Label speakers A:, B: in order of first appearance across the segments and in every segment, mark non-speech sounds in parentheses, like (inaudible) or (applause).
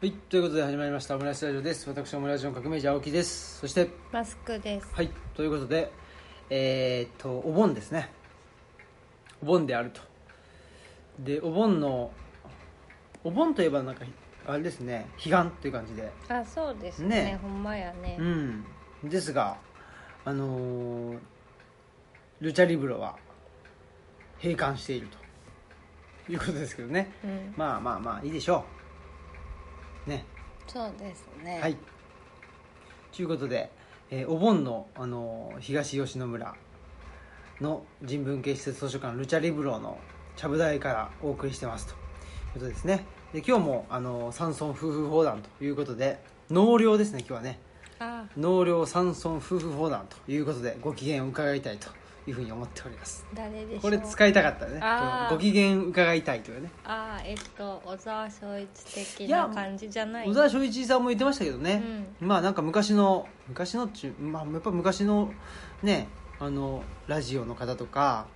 A: はい、ということで始まりましたオムライスラジオです私オムライスの革命児青木ですそして
B: マスクです。
A: はいということでえーっとお盆ですねお盆であるとでお盆のお盆といえばなんかあれですね彼岸っていう感じで
B: あ、そうですね。
A: ね
B: ほんまやね
A: う。んですがあのールチャリブロは閉館しているということですけどね
B: うん、
A: まあまあまあいいでしょうね
B: そうですね。
A: はい。ということで、えーお盆の、あのー東吉野村の人文系施設図書館ルチャリブロのちゃぶ台からお送りしてますということですね。で今日も、あのー、山村夫婦砲弾ということで納涼ですね今日はね
B: あ、
A: 納涼山村夫婦砲弾ということでご機嫌を伺いたいというふうに思っております。
B: 誰でしょう。
A: これ使いたかったね。
B: あー
A: このご機嫌伺いたいというね。
B: あ、えっと小沢昭一的
A: いや
B: な感じじゃない。
A: 小沢昭一さんも言ってましたけどね、まあなんか昔の昔のっちゅうまあやっぱ昔のねあのラジオの方とか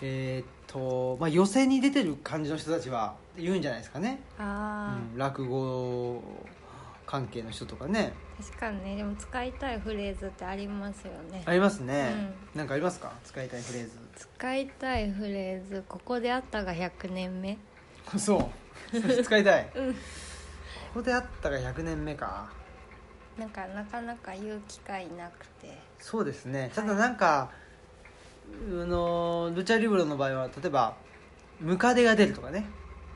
A: えーっと、まあ、寄席に出てる感じの人たちは言うんじゃないですかね、う
B: あ
A: ん、落語関係の人とかね
B: あ、確かにね。でも使いたいフレーズってありますよね。
A: ありますね、なんかありますか使いたいフレー
B: 使いたいフレーズここであったが100年目
A: ズそうそ
B: (laughs)
A: れ使いたい、
B: うん
A: ここであったが100年目か
B: なんかなかなか言う機会なくて
A: そうですねただなんか、あのルチャリブロの場合は例えばムカデが出るとかね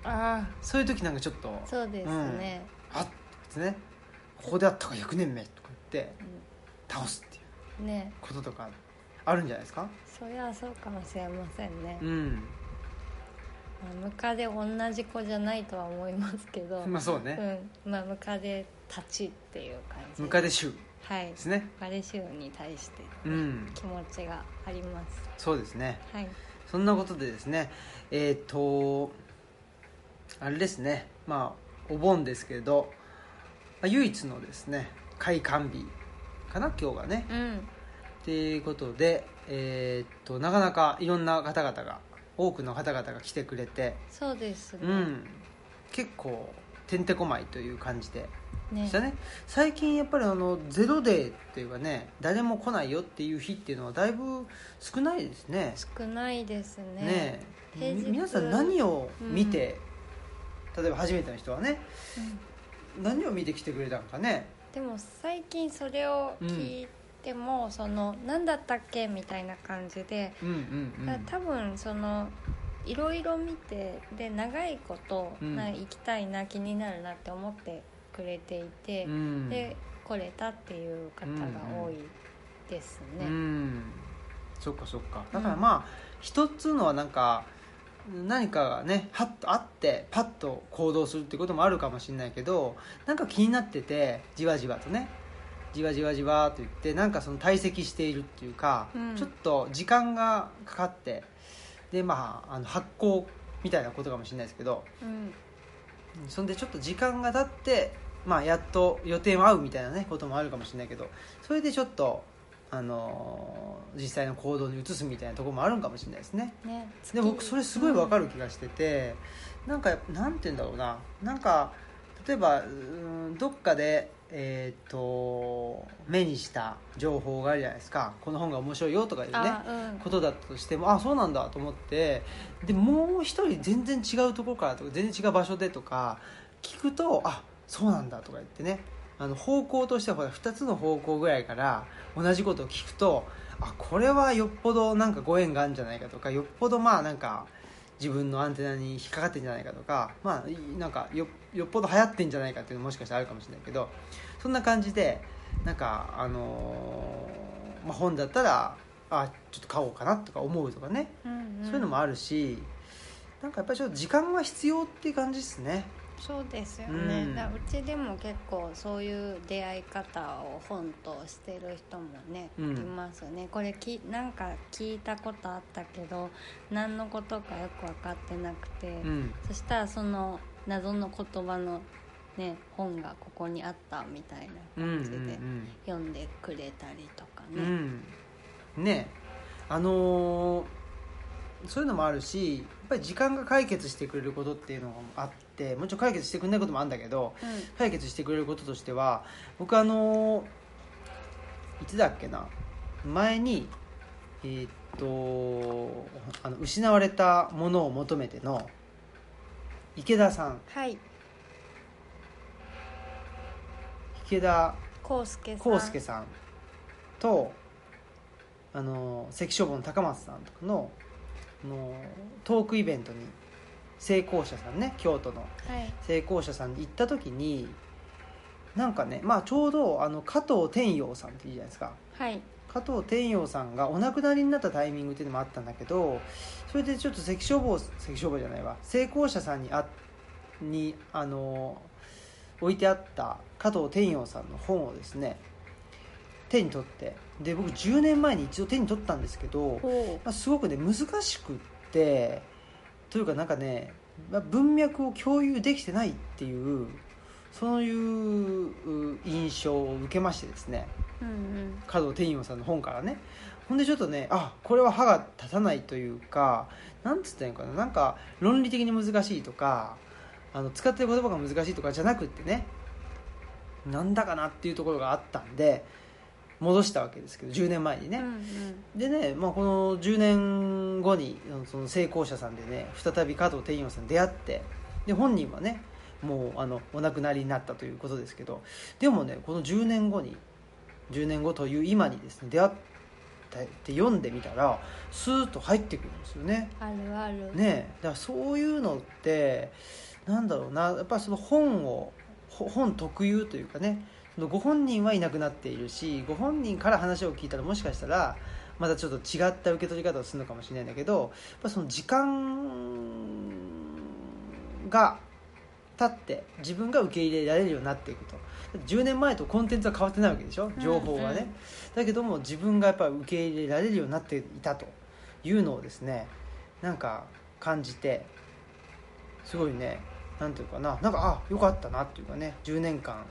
B: あ
A: そういう時なんかちょっと
B: あそうですね、
A: あっですねここであったか100年目とか言って倒すっていう
B: うんね
A: こととかあるんじゃないですか
B: そりゃそうかもしれませんね、
A: うん
B: まあムカデ同じ子じゃないとは思いますけど、
A: まあそうね、
B: うんまあムカデたちっていう感じ
A: ムカデ臭
B: はいム
A: ですね
B: カデ衆に対して
A: うん
B: 気持ちがあります
A: そうですね
B: はい
A: そんなことでですねえっ、とあれですねまあお盆ですけど、まあ、唯一のですね開館日かな今日がね、
B: うん
A: ということで、えーっとなかなかいろんな方々が多くの方々が来てくれて、
B: そうですね,、
A: うん、結構てんてこまいという感じで
B: ね
A: したね最近やっぱりあのゼロデーっていうかね誰も来ないよっていう日っていうのはだいぶ少ないですね
B: 少ないですね
A: ねえ
B: 平日
A: み皆さん何を見て、例えば初めての人はね
B: うん
A: 何を見て来てくれたのかね
B: でも最近それを聞いても、その何だったっけみたいな感じで、
A: うんうんう
B: だ
A: ん
B: 多分そのいろいろ見てで長いこと、
A: うん
B: な行きたいな気になるなって思ってくれていて
A: う、ん
B: で来れたっていう方が多いですね、
A: うんそっかそっかだから
B: うん
A: まあ、一つのはなんか何かがねはっとあってパッと行動するってこともあるかもしれないけどなんか気になっててじわじわとねじわじわじわと言ってなんかその堆積しているっていうか、
B: うん
A: ちょっと時間がかかってでまああの発酵みたいなことかもしれないですけど
B: うん
A: そんでちょっと時間が経って、まあ、やっと予定も合うみたいな、ね、こともあるかもしれないけどそれでちょっと、あのー実際の行動に移すみたいなところもあるんかもしれないですね
B: ね
A: で僕それすごい分かる気がしてて、なんかなんて言うんだろうななんか例えばうーんどっかで、えーっと目にした情報があるじゃないですかこの本が面白いよとかいうね
B: あ、うん
A: ことだったとしてもあそうなんだと思ってでもう一人全然違うところからとか全然違う場所でとか聞くとあそうなんだとか言ってねあの方向としてはほら2つの方向ぐらいから同じことを聞くとあこれはよっぽどなんかご縁があるんじゃないかとかよっぽどまあなんか自分のアンテナに引っかかってんじゃないかとかまあいなんかよよっぽど流行ってんじゃないかっていうのもしかしたらあるかもしれないけどそんな感じでなんかあのーまあ、本だったらあちょっと買おうかなとか思うとかね、
B: うんうん
A: そういうのもあるしなんかやっぱりちょっと時間は必要っていう感じですね
B: そうですよ
A: う
B: ね、
A: ん
B: だからうちでも結構そういう出会い方を本としてる人もね、
A: うん
B: いますねこれきなんか聞いたことあったけど何のことかよく分かってなくて、
A: うん
B: そしたらその謎の言葉の、ね、本がここにあったみたいな
A: うんうん
B: 感じで読んでくれたりとか
A: うんうん
B: ね、
A: ねあのーそういうのもあるしやっぱり時間が解決してくれることっていうのもあってもちろん解決してくれないこともあるんだけど解決してくれることとしては僕あのいつだっけな前にえーっとあの失われたものを求めての池田さん
B: はい
A: 池田
B: こうすけさん
A: 康介さんとあの関消防の高松さんとかのあのトークイベントに成功者さんね京都の
B: はい
A: 成功者さんに行った時になんかね、まあ、ちょうどあの加藤天陽さんっていいじゃないですか
B: はい
A: 加藤天陽さんがお亡くなりになったタイミングっていうのもあったんだけどそれでちょっと関消防関消防じゃないわ成功者さんにあにあの置いてあった加藤天陽さんの本をですね手に取ってで僕10年前に一度手に取ったんですけど、
B: ほ
A: まあ、すごくね難しくってというかなんかね、まあ、文脈を共有できてないっていうそういうう印象を受けましてですね
B: ううん
A: 加藤天陽さんの本からねほんでちょっとねあこれは歯が立たないというかなんつったらいいのかななんか論理的に難しいとかあの使ってる言葉が難しいとかじゃなくってねなんだかなっていうところがあったんで戻したわけですけど10年前に
B: うん
A: ね、
B: うんうん
A: でね、まあ、この10年後にその成功者さんでね再び加藤天陽さんに出会ってで本人はねもうあのお亡くなりになったということですけどでもねこの10年後に10年後という今にですね出会って読んでみたらスーッと入ってくるんですよね。
B: あるある
A: ねえだからそういうのってなんだろうなやっぱりその本をほ本特有というかねそのご本人はいなくなっているしご本人から話を聞いたらもしかしたらまたちょっと違った受け取り方をするのかもしれないんだけどやっぱその時間が経って自分が受け入れられるようになっていくとだって10年前とコンテンツは変わってないわけでしょ情報がね、
B: うんうん
A: だけども自分がやっぱ受け入れられるようになっていたというのをですねなんか感じてすごいねなんていうかななんかあよかったなっていうかね10年間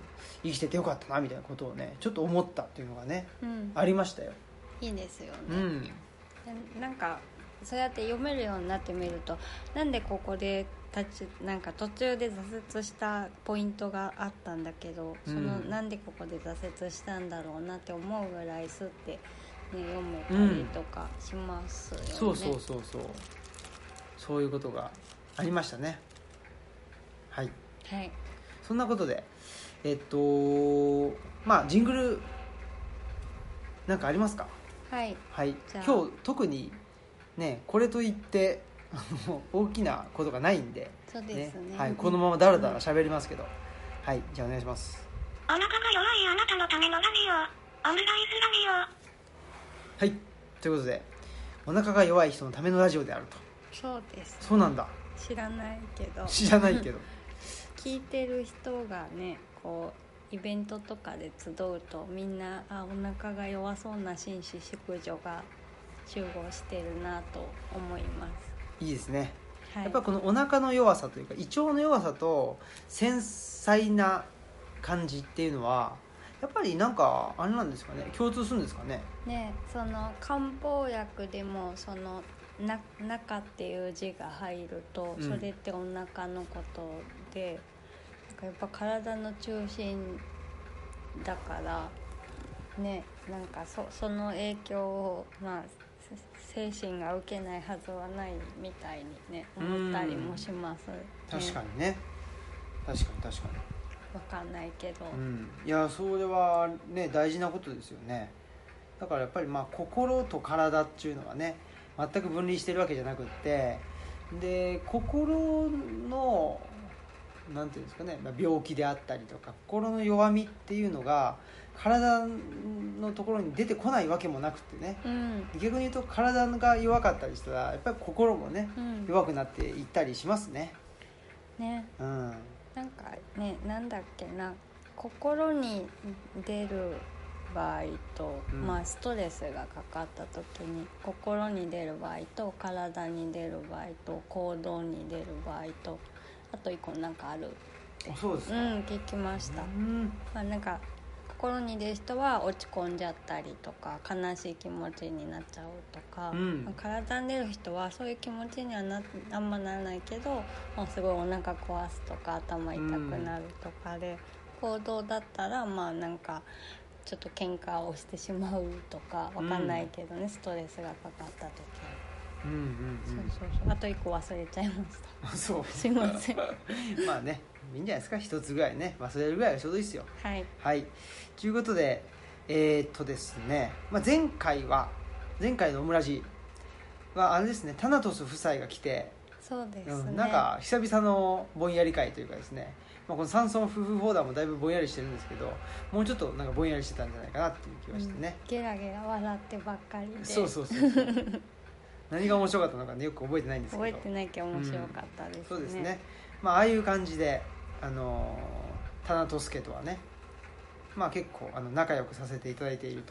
A: 生きててよかったなみたいなことをねちょっと思ったっていうのがね
B: うん
A: ありましたよ。
B: いいですよね
A: うん、
B: ななんかそうやって読めるようになってみるとなんでここで立ちなんか途中で挫折したポイントがあったんだけどその、
A: うん
B: なんでここで挫折したんだろうなって思うぐらいすって、ね、読めたりとかしますよね、
A: そうそうそうそうそういうことがありましたね。はい
B: はい
A: そんなことでえっとまあジングルなんかありますか
B: はい
A: はい
B: じゃあ
A: 今日特にねこれといってあの大きなことがないんで
B: そうですね
A: はい、このままだらだら喋りますけど、はいじゃあお願いします
C: あなたが弱いあなたのためのラジオ。オムライス
A: は
C: ラジオ。
A: いということでお腹が弱い人のためのラジオであると
B: そうです
A: そうなんだ
B: 知らないけど
A: 知らないけど
B: 聞いてる人がねこうイベントとかで集うとみんなあお腹が弱そうな紳士淑女が集合してるなと思います。
A: いいですね
B: はい、
A: やっぱこのお腹の弱さというか胃腸の弱さと繊細な感じっていうのはやっぱりなんかあれなんですかね共通するんですかね
B: ねその漢方薬でもそのな中っていう字が入ると、
A: うん
B: それってお腹のことでなんかやっぱ体の中心だからねなんかそその影響をまあせ精神が受けないはずはないみたいにね思ったりもします、ね、
A: 確か
B: に
A: にね確かに確か
B: わかんないけど、
A: に、うん、いやそれはね大事なことですよねだからやっぱりまあ心と体っていうのはね全く分離してるわけじゃなくってで心のなんていうんですかねまあ病気であったりとか心の弱みっていうのが体のところに出てこないわけもなくってね
B: うん
A: 逆に言うと体が弱かったりしたらやっぱり心もね
B: うん
A: 弱くなっていったりしますね
B: ね
A: うん
B: なんかねなんだっけな心に出る場合と、
A: うん
B: まあストレスがかかった時に心に出る場合と体に出る場合と行動に出る場合とあと一個なんかある
A: あそうです
B: うん聞きました、
A: うん
B: まあ、なんかころにいる人は落ち込んじゃったりとか悲しい気持ちになっちゃうとか、
A: うん
B: 体に出る人はそういう気持ちにはなあんまならないけどもうすごいお腹壊すとか頭痛くなるとかで、行動だったらまあなんかちょっと喧嘩をしてしまうとかわかんないけどね、ストレスがかかった時、
A: うんうんうん
B: そうそうそうあと一個忘れちゃいまし
A: (laughs)
B: た
A: そう
B: すいませんは
A: まあねいいんじゃないですか一つぐらいね忘れるぐらいがちょうどいいですよ
B: い
A: はいということでえー、っとですね、まあ、前回は前回のオムラジはあれですねタナトス夫妻が来て、
B: そうで
A: う
B: すね、
A: ん、なんか久々のぼんやり会というかですね、まあ、この山村夫婦フォーダもだいぶぼんやりしてるんですけどもうちょっとなんかぼんやりしてたんじゃないかなっていう気がしてね、
B: うんゲラゲラ笑ってばっかりで
A: そうそうそうそう何が面白かったのかねよく覚えてないんですけど
B: 覚えてないけど面白かったですね、
A: そうですね、まあああいう感じで、あのー、田中俊とはね、まあ、結構あの仲良くさせていただいている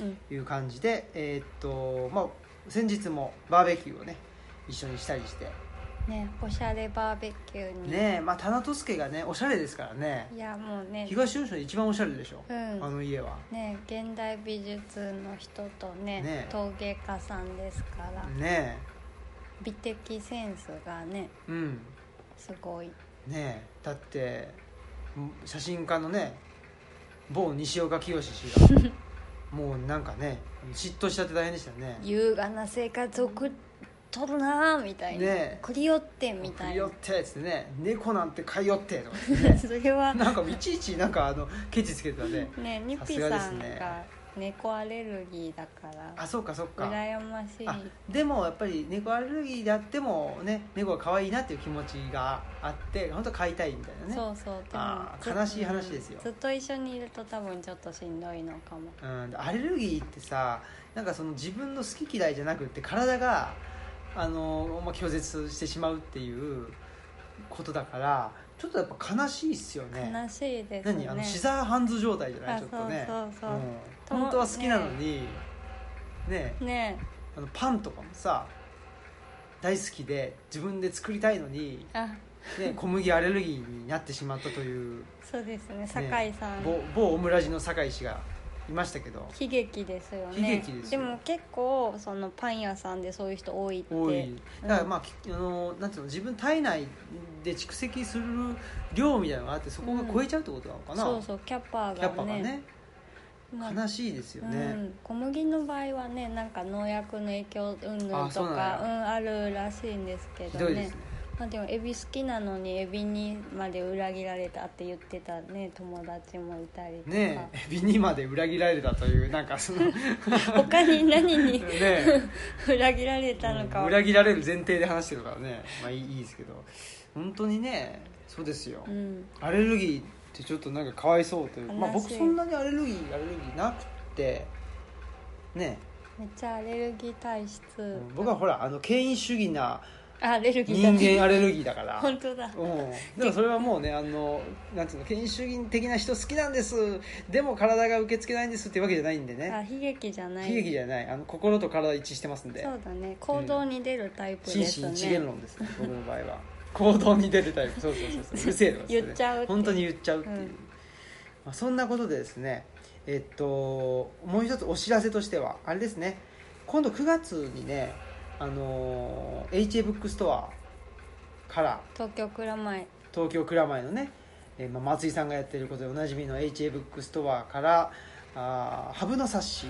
B: うん
A: という感じで、えーっとまあ、先日もバーベキューをね一緒にしたりして、
B: ねおしゃれバーベキューに、
A: ねえまあ、田中俊がねおしゃれですからね
B: いやもうね
A: 東吉野で一番おしゃれでしょ、
B: うん
A: あの家は
B: ね現代美術の人とね
A: ね
B: 陶芸家さんですから、
A: ね
B: 美的センスがね
A: えうん
B: すごい
A: ねえだってうん写真家のね某西岡清氏
B: (laughs)
A: がもうなんかね嫉妬しちゃって大変でしたよね
B: 優雅な生活を送っとるなーみたいな、
A: ね
B: クリオってみ
A: 食
B: た
A: い
B: い
A: よっ
B: な
A: てっつってね猫なんて飼いよってとか言って
B: (laughs) それは
A: なんかいちいちなんかあのケチつけてたね
B: ねニッピーさんが猫アレルギーだから
A: あそうかそうか
B: 羨ましい
A: あでもやっぱり猫アレルギーであってもね猫が可愛いなっていう気持ちがあって本当は飼いたいみたいなね
B: そうそうで
A: あー
B: ずっと
A: 悲しい話ですよ
B: ずっと一緒にいると多分ちょっとしんどいのかも
A: うん、アレルギーってさなんかその自分の好き嫌いじゃなくって体があの、まあ、拒絶してしまうっていうことだからちょっとやっぱ悲しいっすよね
B: 悲しいですね
A: 何あのシザーハンズ状態じゃない
B: あ
A: ちょっとね
B: そうそうそう
A: うん本当は好きなのにね
B: ね
A: あのパンとかもさ大好きで自分で作りたいのに、
B: えあ (laughs)
A: ね、小麦アレルギーになってしまったという、
B: そうですね
A: ね
B: 酒井さん、
A: 某某オムラジの酒井氏がいましたけど
B: 悲劇ですよね
A: 悲劇ですよ
B: も結構そのパン屋さんでそういう人多いって
A: 多いだからまあ、きあのなんていうの自分体内で蓄積する量みたいなのがあってそこが超えちゃうってことなのかな、
B: そうそうキャッパーがね
A: キャッパがね
B: まあ
A: 悲しいですよね、
B: うん、小麦の場合はねなんか農薬の影響うんとか
A: あそうなん
B: う
A: や
B: ん、あるらしいんですけ
A: ひ
B: ど
A: どい
B: ね
A: ですね
B: まあ、でもエビ好きなのにエビにまで裏切られたって言ってたね友達もいたりとか、
A: ねえエビにまで裏切られたというなんか
B: (laughs)
A: そのね
B: 他に何に (laughs)
A: え
B: 裏切られたのか
A: うん
B: は
A: 裏切られる前提で話してるからねまあいいいいですけど本当にねそうですよ、
B: うん
A: アレルギーってちょっとなんかかわいそうという、まあ、
B: 悲しい
A: 僕そんなにアレルギーアレルギーなくてね
B: めっちゃアレルギー体質、
A: え、うん僕はほらあの権威主義な
B: あアレルギー
A: 人間
B: だ
A: アレルギーだから
B: (laughs) 本当だ
A: うん、でもそれはもうねあのなんていうの権威主義的な人好きなんですでも体が受け付けないんですってわけじゃないんで
B: あ
A: ね
B: 悲劇じゃない
A: 悲劇じゃないあの心と体一致してますんで
B: そうだね行動に出るタイプ
A: 心
B: です
A: 身
B: ね、
A: 一元論ですね僕の場合は (laughs) 行動に出るタイプそうそうそうそううるせえとか
B: (laughs) 言っちゃうっていう
A: 本当に言っちゃうっていう、
B: うん
A: まあ、そんなことでですねえっともう一つお知らせとしてはあれですね今度9月にねあの HA ブックストアから
B: 東京蔵前
A: 東京蔵前のね、えーまあ、松井さんがやってることでおなじみの HA ブックストアからあーハブの冊子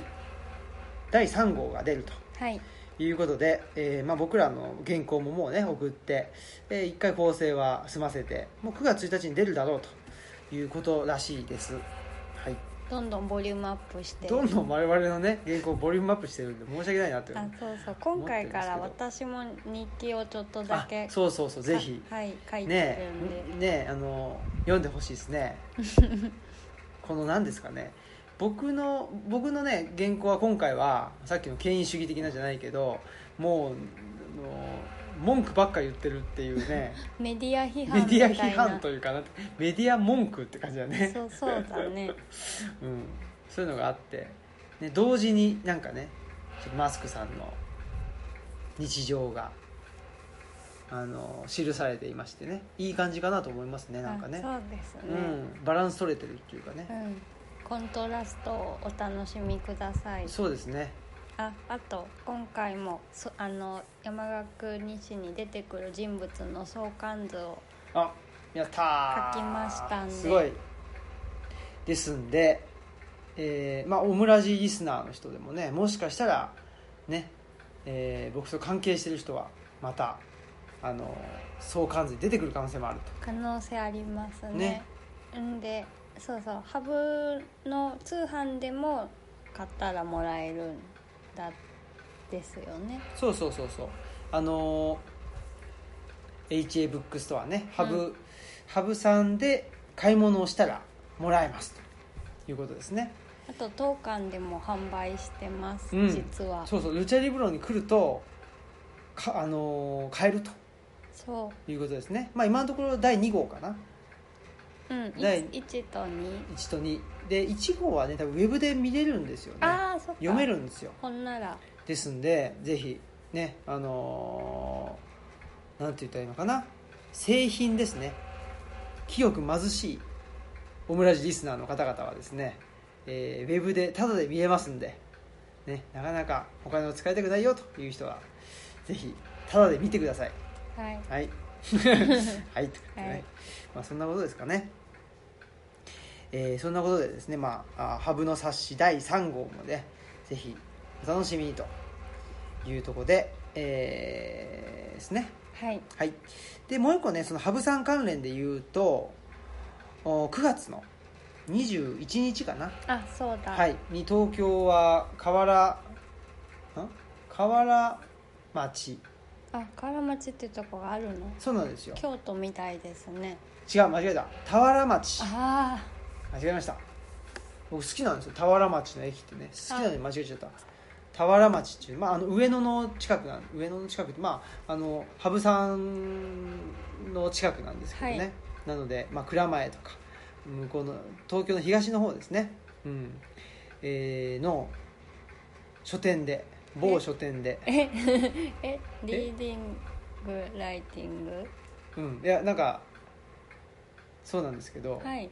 A: 第3号が出ると
B: はい
A: いうことで、えーまあ、僕らの原稿ももうね送って、え1回構成は済ませてもう9月1日に出るだろうということらしいです、はい、
B: どんどんボリュームアップして
A: どんどん我々のね原稿ボリュームアップしてるんで申し訳ないなって
B: あそうそう今回から私も日記をちょっとだけ
A: そうそうそうぜひ
B: かはい書いてるんで、
A: ねえねえあの読んでほしいです
B: (laughs)
A: ねこの何ですかね僕の僕のね原稿は今回はさっきの権威主義的なんじゃないけどもうあの文句ばっか言ってるっていうね
B: メディア批
A: メ
B: 判
A: ディ
B: みた
A: ア
B: いな
A: 批判というかなメディア文句って感じだね
B: そうそうだね
A: うん、そういうのがあって、ね、同時になんかねちょっとマスクさんの日常があの記されていまして (laughs) ねいい感じかなと思いますねなんか
B: あ
A: ね
B: そうです
A: う
B: ね
A: ん、バランス取れてるっていうかね
B: うん、コントラストをお楽しみください
A: そうですね
B: ああと今回もそあの山岳日誌に出てくる人物の相関図を
A: あやったー
B: 書きましたんです
A: ごいですんで、えーまあ、オムラジリスナーの人でもねもしかしたらね、えー僕と関係してる人はまたあの相関図に出てくる可能性もあると
B: 可能性あります
A: ね
B: ねんでそうそうハブの通販でも買ったらもらえるんだですよね
A: そうそうそうそうあの HA ブックストアねハブ、
B: う
A: ハブさんで買い物をしたらもらえますということですね
B: あと当館でも販売してます、
A: うん
B: 実は
A: そうそうルチャリブロに来るとか、あの買えると
B: そ
A: いうことですねまあ今のところ第2号かな
B: ううん
A: 第
B: 1, と2
A: 1と2で1号はね多分ウェブで見れるんですよね
B: ああそっか
A: 読めるんですよ
B: ほんなら
A: ですんでぜひねあのーなんて言ったらいいのかな製品ですね清く貧しいオムラジリスナーの方々はですね、えーウェブでタダで見えますんで、ね、なかなかお金を使いたくないよという人はぜひタダで見てください
B: はい
A: (laughs) はい。はい。
B: はい
A: まあそんなことですかね。えーそんなことでですね、まあ、あハブの冊子第3号もね、ぜひお楽しみにというところで、えーですね。
B: はい
A: はい。で、もう一個ね、そのハブさん関連で言うと、お9月の21日かな。
B: あそうだ
A: はい、に東京は河原、ん河原町。
B: あ河原町っていうとこがあるの
A: そうなんですよ。
B: 京都みたいですね
A: 違う間違えた田原町
B: あ
A: 間違えました僕好きなんですよ田原町の駅ってね好きなのに間違えちゃった田原町っていう、まあ、あの上野の近くなん上野の近くってまああの羽生さんの近くなんですけどね、
B: はい
A: なので、まあ、蔵前とか向こうの東京の東の方ですね、うんえーの書店で某書店で
B: あええリーディングライティング
A: うんいやなんかそうなんですけど、
B: はい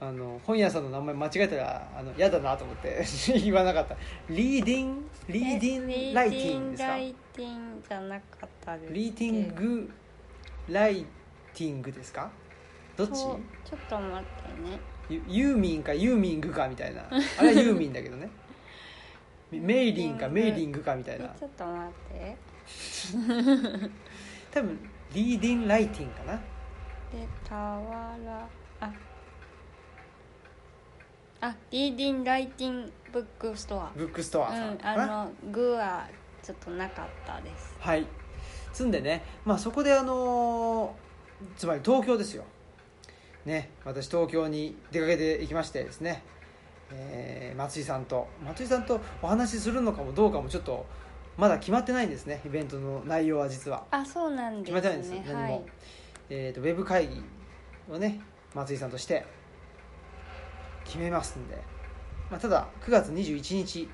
A: あの本屋さんの名前間違えたらあの嫌だなと思って (laughs) 言わなかったリーディングリーディングライティングですか
B: えリーディングライティングじゃなかったですっけ
A: リーディングライティングですかどっち
B: そうちょっと待ってね
A: ユユーミンかユーミングかみたいなあれはユーミンだけど (laughs) ねメイリンかメイリングかみたい
B: え
A: な
B: ちょっと待って
A: 多分リーディングライティングかな
B: で俵ああリーディングライティングブックストア
A: ブックストア
B: う
A: さん
B: ん
A: かな、
B: あの具はちょっとなかったです
A: はいつんでね、まあ、そこであのーつまり東京ですよね私東京に出かけていきましてですね、えー松井さんと松井さんとお話しするのかもどうかもちょっとまだ決まってないんですねイベントの内容は実は
B: あそうなんで
A: 決
B: すね
A: まってないんです、何
B: は
A: も、
B: い
A: えー、とウェブ会議をね松井さんとして決めますんで、まあ、ただ9月21日、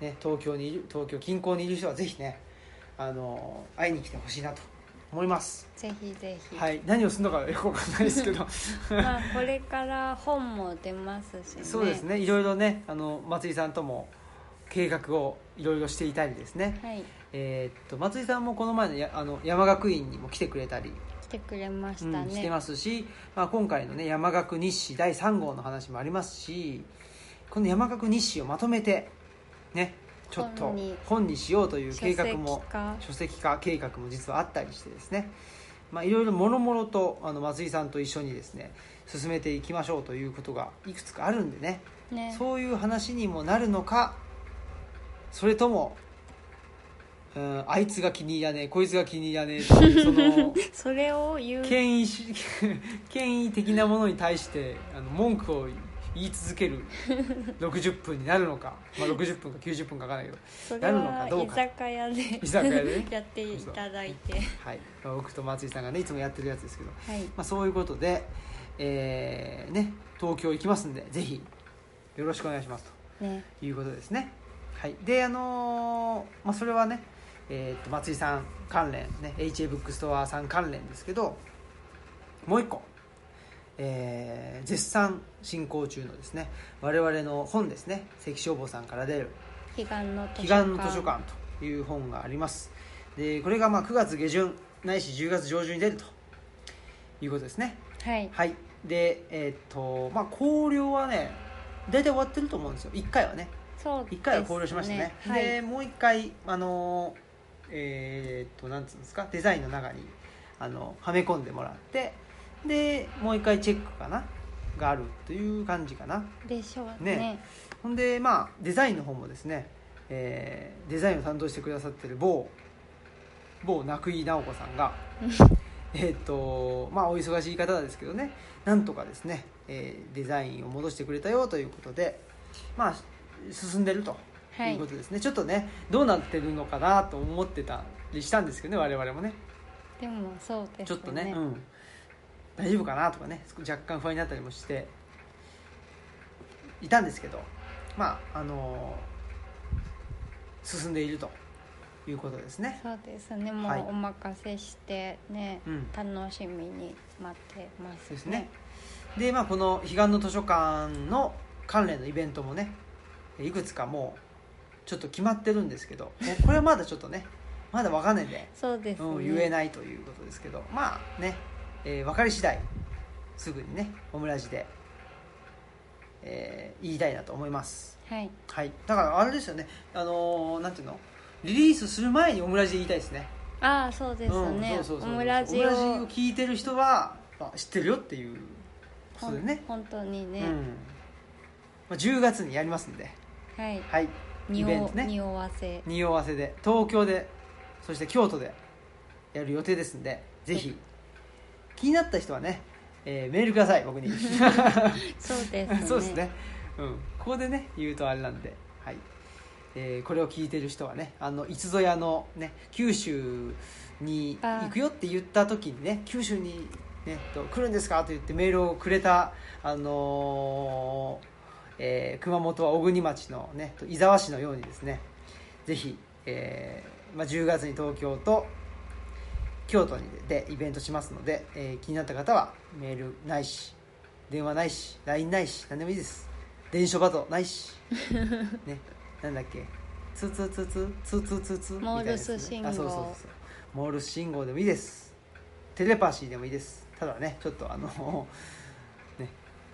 A: ね、東京にいる東京近郊にいる人はぜひね、あのー会いに来てほしいなと思います、
B: ぜひぜひ、
A: はい、何をするのかよくわかんないですけ (laughs) ど
B: まあこれから本も出ますしね
A: そうですねいろいろねあの松井さんとも計画をいろいろしていたりですね、
B: はい
A: えーっと松井さんもこの前のやあの山学院にも来てくれたり
B: 来てくれました
A: うん、して
B: ね、
A: ますし、まあ、今回のね山岳日誌第3号の話もありますしこの山岳日誌をまとめてねちょっと
B: 本に
A: 本にしようという
B: 書
A: 計
B: 籍
A: 画も
B: 化
A: 書籍化計画も実はあったりしてですねまあいろいろもろもろとあの松井さんと一緒にですね進めていきましょうということがいくつかあるんでね
B: ね
A: そういう話にもなるのかそれとも、うん、あいつが気に入らねえこいつが気に入らねえっていうその。
B: それを言う
A: 権威主 (laughs) 権威的なものに対してあの文句を言い続ける60分になるのか、まあ、60分か90分かわかんないけど、
B: そ
A: な
B: れ
A: るのか
B: は
A: どう
B: 居
A: か
B: 酒屋で
A: 居酒屋でね
B: (laughs) やっていただいて
A: はいまあ僕と松井さんがねいつもやってるやつですけど、ま
B: はい
A: あ、そういうことで、えーね、東京行きますんでぜひよろしくお願いします
B: ね
A: ということですね。はい、であのーまあ、それはね、えーと松井さん関連、ね、HA ブックストアさん関連ですけどもう一個、えー絶賛進行中のですね我々の本ですね関消防さんから出る
B: 悲願の図書
A: 祈願の図書館という本がありますでこれがまあ9月下旬ないし10月上旬に出るということですね
B: はい
A: はいでえーっとまあ校了はね大体終わってると思うんですよ1回はね
B: そうですね
A: 1回は考慮しましたね
B: は
A: で
B: い
A: もう1回あのーえーっとなんつうんですかデザインの中にあのはめ込んでもらってでもう1回チェックかながあるという感じかな
B: でしょう
A: ね
B: ね
A: ほんでまあデザインの方もですね、えーデザインを担当してくださってる某某中井直子さんがえっとまあお忙しい方ですけどねなんとかですね、えーデザインを戻してくれたよということでまあ進んでると
B: はい
A: いうことですね、ちょっとねどうなってるのかなと思ってたりしたんですけどね我々もね
B: でもそうですね
A: ちょっとね、うん、大丈夫かなとかね少若干不安になったりもしていたんですけどまああのー進んでいるということですね。
B: そうですねも
A: はいう
B: お任せしてね、
A: うん
B: 楽しみに待ってます
A: ですね。でまあこの彼岸の図書館の関連のイベントもねいくつかもうちょっと決まってるんですけどもうこれはまだちょっとねまだわかんないんで
B: そうですね、
A: うん、言えないということですけどまあね、えー分かり次第すぐにねオムラジで、えー言いたいなと思います
B: はい
A: はいだからあれですよねあのーなんていうのリリースする前にオムラジで言いたいですね
B: ああそうですね、
A: うんそうそうそう
B: オムラジを
A: オムラジを聞いてる人はあ知ってるよっていうことでね
B: ほん本当にね、
A: うんまあ、10月にやりますんで
B: はい
A: はいイ
B: 匂
A: ベントね
B: 匂わせ
A: 匂わせで東京でそして京都でやる予定ですんでぜひ気になった人はね、えーメールください僕に
B: そうですね
A: (laughs) そうですね、 (laughs) うん、ここでね言うとあれなんで、はいえーこれを聞いてる人はねあのいつぞやの、ね、九州に行くよって言った時にね九州に、ね、と来るんですかと言ってメールをくれた、あのーえー熊本は小国町の、ね、と伊沢市のようにですねぜひ、えーまあ、10月に東京と京都にでイベントしますので、えー気になった方はメールないし電話ないし LINE ないし何でもいいです電書バトないし (laughs) ねなんだっけツーツーツーツーツーツーツーツーみたいなやつね
B: モールス信号
A: あそうそうそうそうモールス信号でもいいですテレパシーでもいいですただねちょっとあの (laughs) ね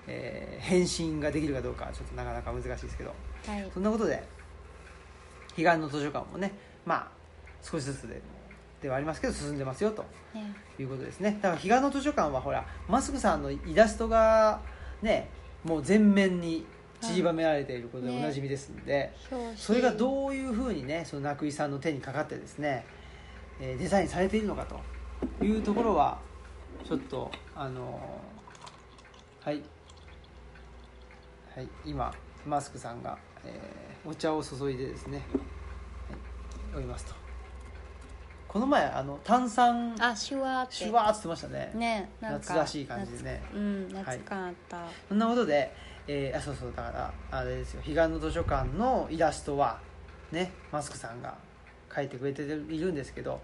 A: えー返信ができるかどうかはちょっとなかなか難しいですけど
B: はい
A: そんなことで彼岸の図書館もねまあ少しずつでではありますけど進んでますよと
B: ね
A: いうことですねだから彼岸の図書館はほらマスクさんのイラストがねもう全面に散りばめられていることでおなじみですので、
B: 表紙
A: それがどういうふうにねその中井さんの手にかかってですね、えーデザインされているのかというところはちょっとあのーはいはい今マスクさんが、えーお茶を注いでですね、はい、おりますとこの前あの炭酸
B: あシュワーって
A: シュワーっつってましたね
B: ねなんか
A: 夏らしい感じでね
B: 夏うん夏感あった、
A: そんなことで、えーあそうそうだからあれですよ彼岸の図書館のイラストはねマスクさんが描いてくれているんですけど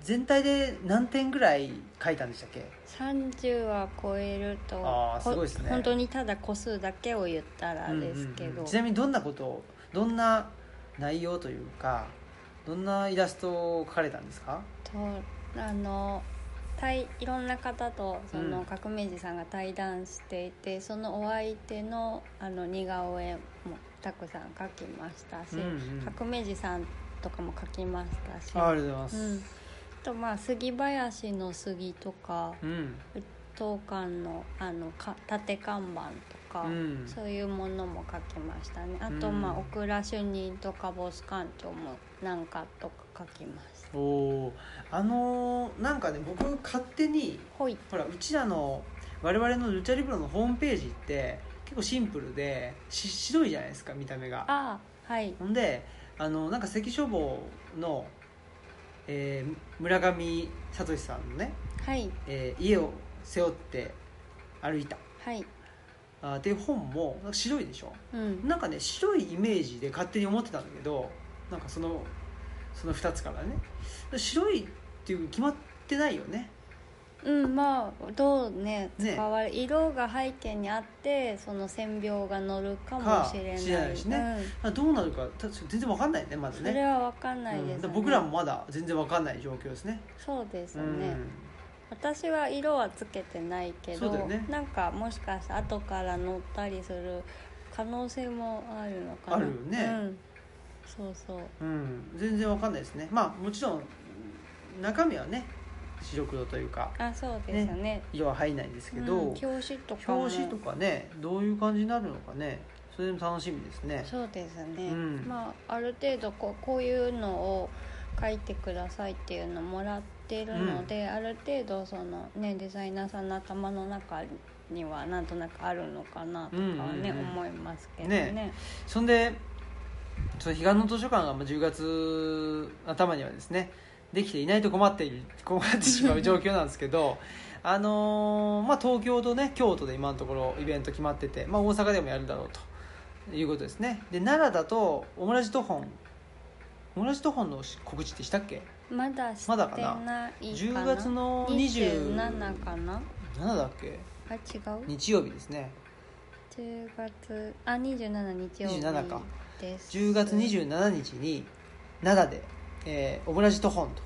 A: 全体で何点ぐらい描いたんでしたっけ
B: 30は超えると
A: あー
B: こ
A: すごいですね
B: 本当にただ個数だけを言ったらです
A: う
B: け
A: んうん
B: ど、
A: うんちなみにどんなことをどんな内容というかどんなイラストを描かれたんですか
B: とあの対いろんな方とその、
A: うん
B: 革命児さんが対談していてそのお相手のあの似顔絵もたくさん描きましたし、
A: うんうん
B: 革命児さんとかも描きましたし
A: あありがとうございます、
B: うん、あとまあ杉林の杉とか
A: うん
B: 当館のあのか縦看板とか、
A: うん
B: そういうものも書きましたねあと、
A: うん
B: まあオクラ主任とかボス館長もなんかとか書きました
A: おおーあのーなんかね僕勝手に
B: ほい
A: ほらうちらの我々のルチャリブロのホームページって結構シンプルでし白いじゃないですか見た目が
B: あはい
A: ほんであのなんか関書房の、えー村上聡さんのね、
B: はい
A: えー家を背負って歩いた」
B: はい
A: あーっていう本もなんか白いでしょ
B: うん
A: なんかね白いイメージで勝手に思ってたんだけどなんかそのその2つからね白いっていう決まってないよね
B: うんまあどうね
A: ね
B: 使われ、色が背景にあってその線描が乗るかもしれ
A: か
B: ない
A: しれないしねまあどうなるか確かに全然わかんないねま
B: うん、
A: ず
B: それ
A: ね
B: は分かんないです、ね
A: うんだから僕らもまだ全然わかんない状況ですね
B: そうです
A: う
B: よね、
A: ん
B: 私は色はつけてないけ
A: そう
B: ど、
A: だよね
B: なんかもしかしたら後から乗ったりする可能性もあるのかな
A: あるよね
B: うん、そうそう
A: うん全然わかんないですねまあもちろん中身はね視力度というか
B: あそうですよね
A: 色は入んないんですけど、
B: うん、表紙とかも
A: 表紙とかねどういう感じになるのかねそれも楽しみですね
B: そうですね、
A: うん
B: まあある程度こうこういうのを書いてくださいっていうのもらってるので、ある程度そのねデザイナーさんの頭の中にはなんとなくあるのかなとかはね、
A: うんうんうん
B: 思いますけどね
A: ねそんでその彼岸の図書館がまあ10月頭にはですねできていないと困っている (laughs) 困ってしまう状況なんですけどあのーまあ、東京と、ね、京都で今のところイベント決まってて、まあ、大阪でもやるだろうということですねで奈良だとオムラジトホンオムラジトホンの告知ってしたっけ
B: まだして
A: ま
B: な
A: だ
B: い
A: か
B: か
A: な
B: な
A: 10月の
B: 27
A: 27
B: かな
A: だっけ
B: あ違う
A: 日曜日ですね
B: 10月あ27日曜日
A: 27か
B: です
A: 10月27日に奈良で、えー、オムラジトホンと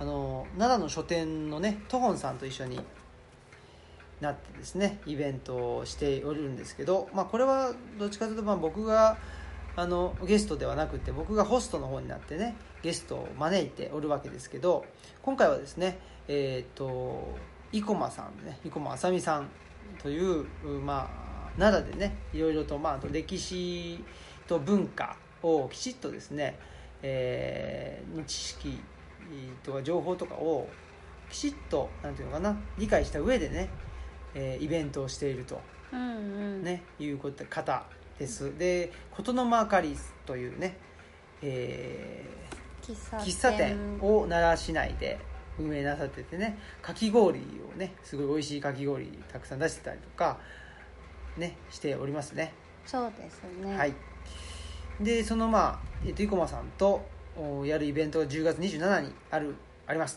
A: あのー奈良の書店のねトホンさんと一緒になってですねイベントをしておるんですけど、まあ、これはどっちかというとまあ僕があのゲストではなくて僕がホストの方になってねゲストを招いておるわけですけど今回はですねえっ、と生駒さんね生駒あさみさんという、うまあ、奈良でねいろいろと、まあ、あと歴史と文化をきちっとですね、えー知識とか情報とかをきちっとなんていうのかな理解した上でね、えーイベントをしていると、
B: うんうん、
A: ねいうこと方ですで琴の間かりというね、え
B: 喫
A: ー
B: 茶
A: 喫茶店を奈良市内で運営なさっててねかき氷をねすごい美味しいかき氷たくさん出してたりとかねしておりますね
B: そうですね
A: はい、でそのまあ、えっと生駒さんとおやるイベントが10月27にあるあります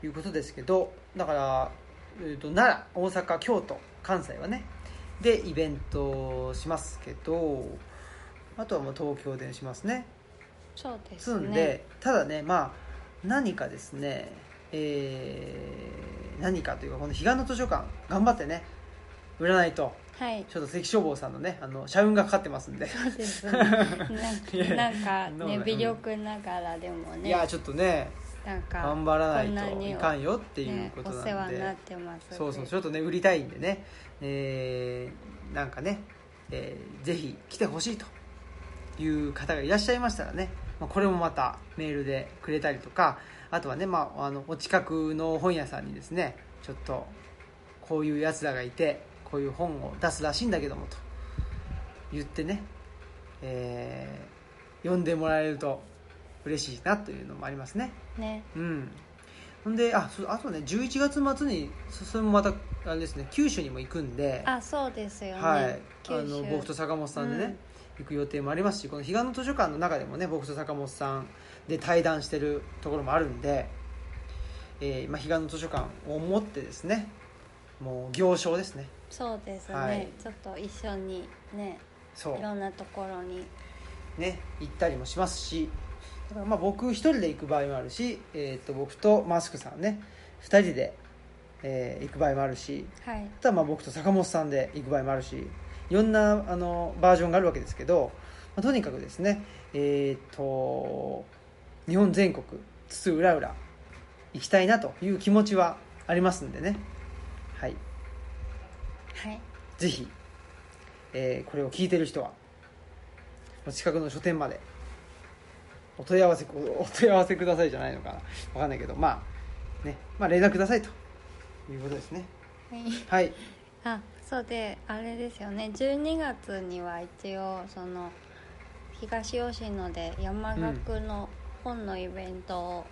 A: ということですけどだから、えっと奈良大阪京都関西はねでイベントをしますけどあとはもう東京でしますね
B: そうです
A: す
B: ね
A: んでただねまあ何かですねえー何かというかこの彼岸の図書館頑張ってね売らないと
B: はい
A: ちょっと関消防さんのねあの社運がかかってますんで
B: そうですね
A: いやいや
B: なんか
A: そんなこ
B: なんか
A: とな
B: ね
A: い
B: 微力ながらでも
A: い
B: ね
A: やちょっとね
B: なんか
A: 頑張らない
B: こんな
A: と
B: に
A: いかんよっていう
B: ね
A: こと
B: お
A: なん
B: 世話
A: で、
B: になってます
A: そうそうちょっとね売りたいんでね、えーなんかね、えーぜひ来てほしいという方がいらっしゃいましたらね、まあ、これもまたメールでくれたりとかあとはね、まあ、あのお近くの本屋さんにですねちょっとこういうやつらがいてこういう本を出すらしいんだけどもと言ってね、えー読んでもらえると嬉しいなというのもありますね。
B: ね
A: うんほんであそうあとね11月末にそそれもまたあれですね九州にも行くんで
B: あそうですよね、
A: はいあ
B: 九
A: の
B: 州
A: 僕と坂本さんでね、行く予定もありますしこの彼岸の図書館の中でもね僕と坂本さんで対談してるところもあるんで、えーまあ、彼岸の図書館を持ってですねもう行商ですね
B: そうですね、
A: はい
B: ちょっと一緒にね
A: そう
B: いろんなところに
A: ね、行ったりもしますしだからまあ僕一人で行く場合もあるし、えー、と僕とマスクさんね2人で、えー行く場合もあるし
B: はい
A: あとはまあ僕と坂本さんで行く場合もあるしいろんなあのバージョンがあるわけですけど、まあ、とにかくですねえっ、と日本全国津々浦々行きたいなという気持ちはありますんでねはい
B: はい
A: ぜひ、えーこれを聞いてる人はお近くの書店までお問い合わせおお問い合わせくださいじゃないのかなわかんないけどまあねまあ連絡くださいということですね
B: はい
A: はい
B: あそうであれですよね12月には一応その東吉野で山岳の本のイベントを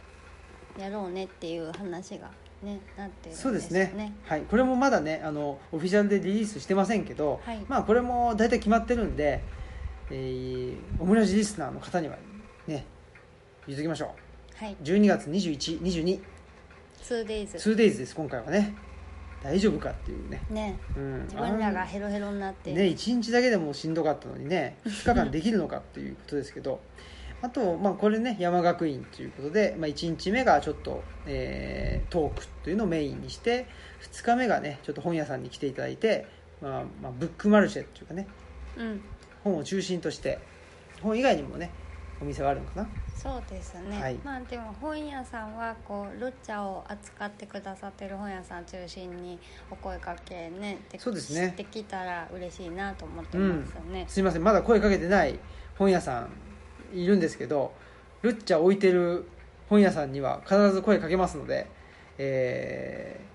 B: やろうねっていう話がねなってるんです
A: そ
B: よ
A: うで
B: ね
A: すねはい、これもまだねあのオフィシャルでリリースしてませんけど、
B: はい
A: まあ、これも大体決まってるんで、えーオムラジリスナーの方にはね言っときましょ
B: はいう
A: 12月2122
B: 2days
A: 2 days です今回はね大丈夫かっていうね、
B: ね
A: うん、
B: 自分らがヘロヘロになって、
A: ね、1日だけでもしんどかったのにね2日間できるのかっていうことですけど (laughs) あと、まあ、これね山学院ということで、まあ、1日目がちょっと、えートークというのをメインにして2日目がねちょっと本屋さんに来ていただいて、まあまあ、ブックマルシェというかね
B: うん
A: 本を中心として本以外にもねお店はあるのかな
B: そうですね、
A: はい
B: まあでも本屋さんはこうルチャを扱ってくださってる本屋さん中心にお声かけねで
A: そうですね
B: してきたら嬉しいなと思ってますよね、
A: すいませんまだ声かけてない本屋さんいるんですけどルッチャ置いてる本屋さんには必ず声かけますので、えー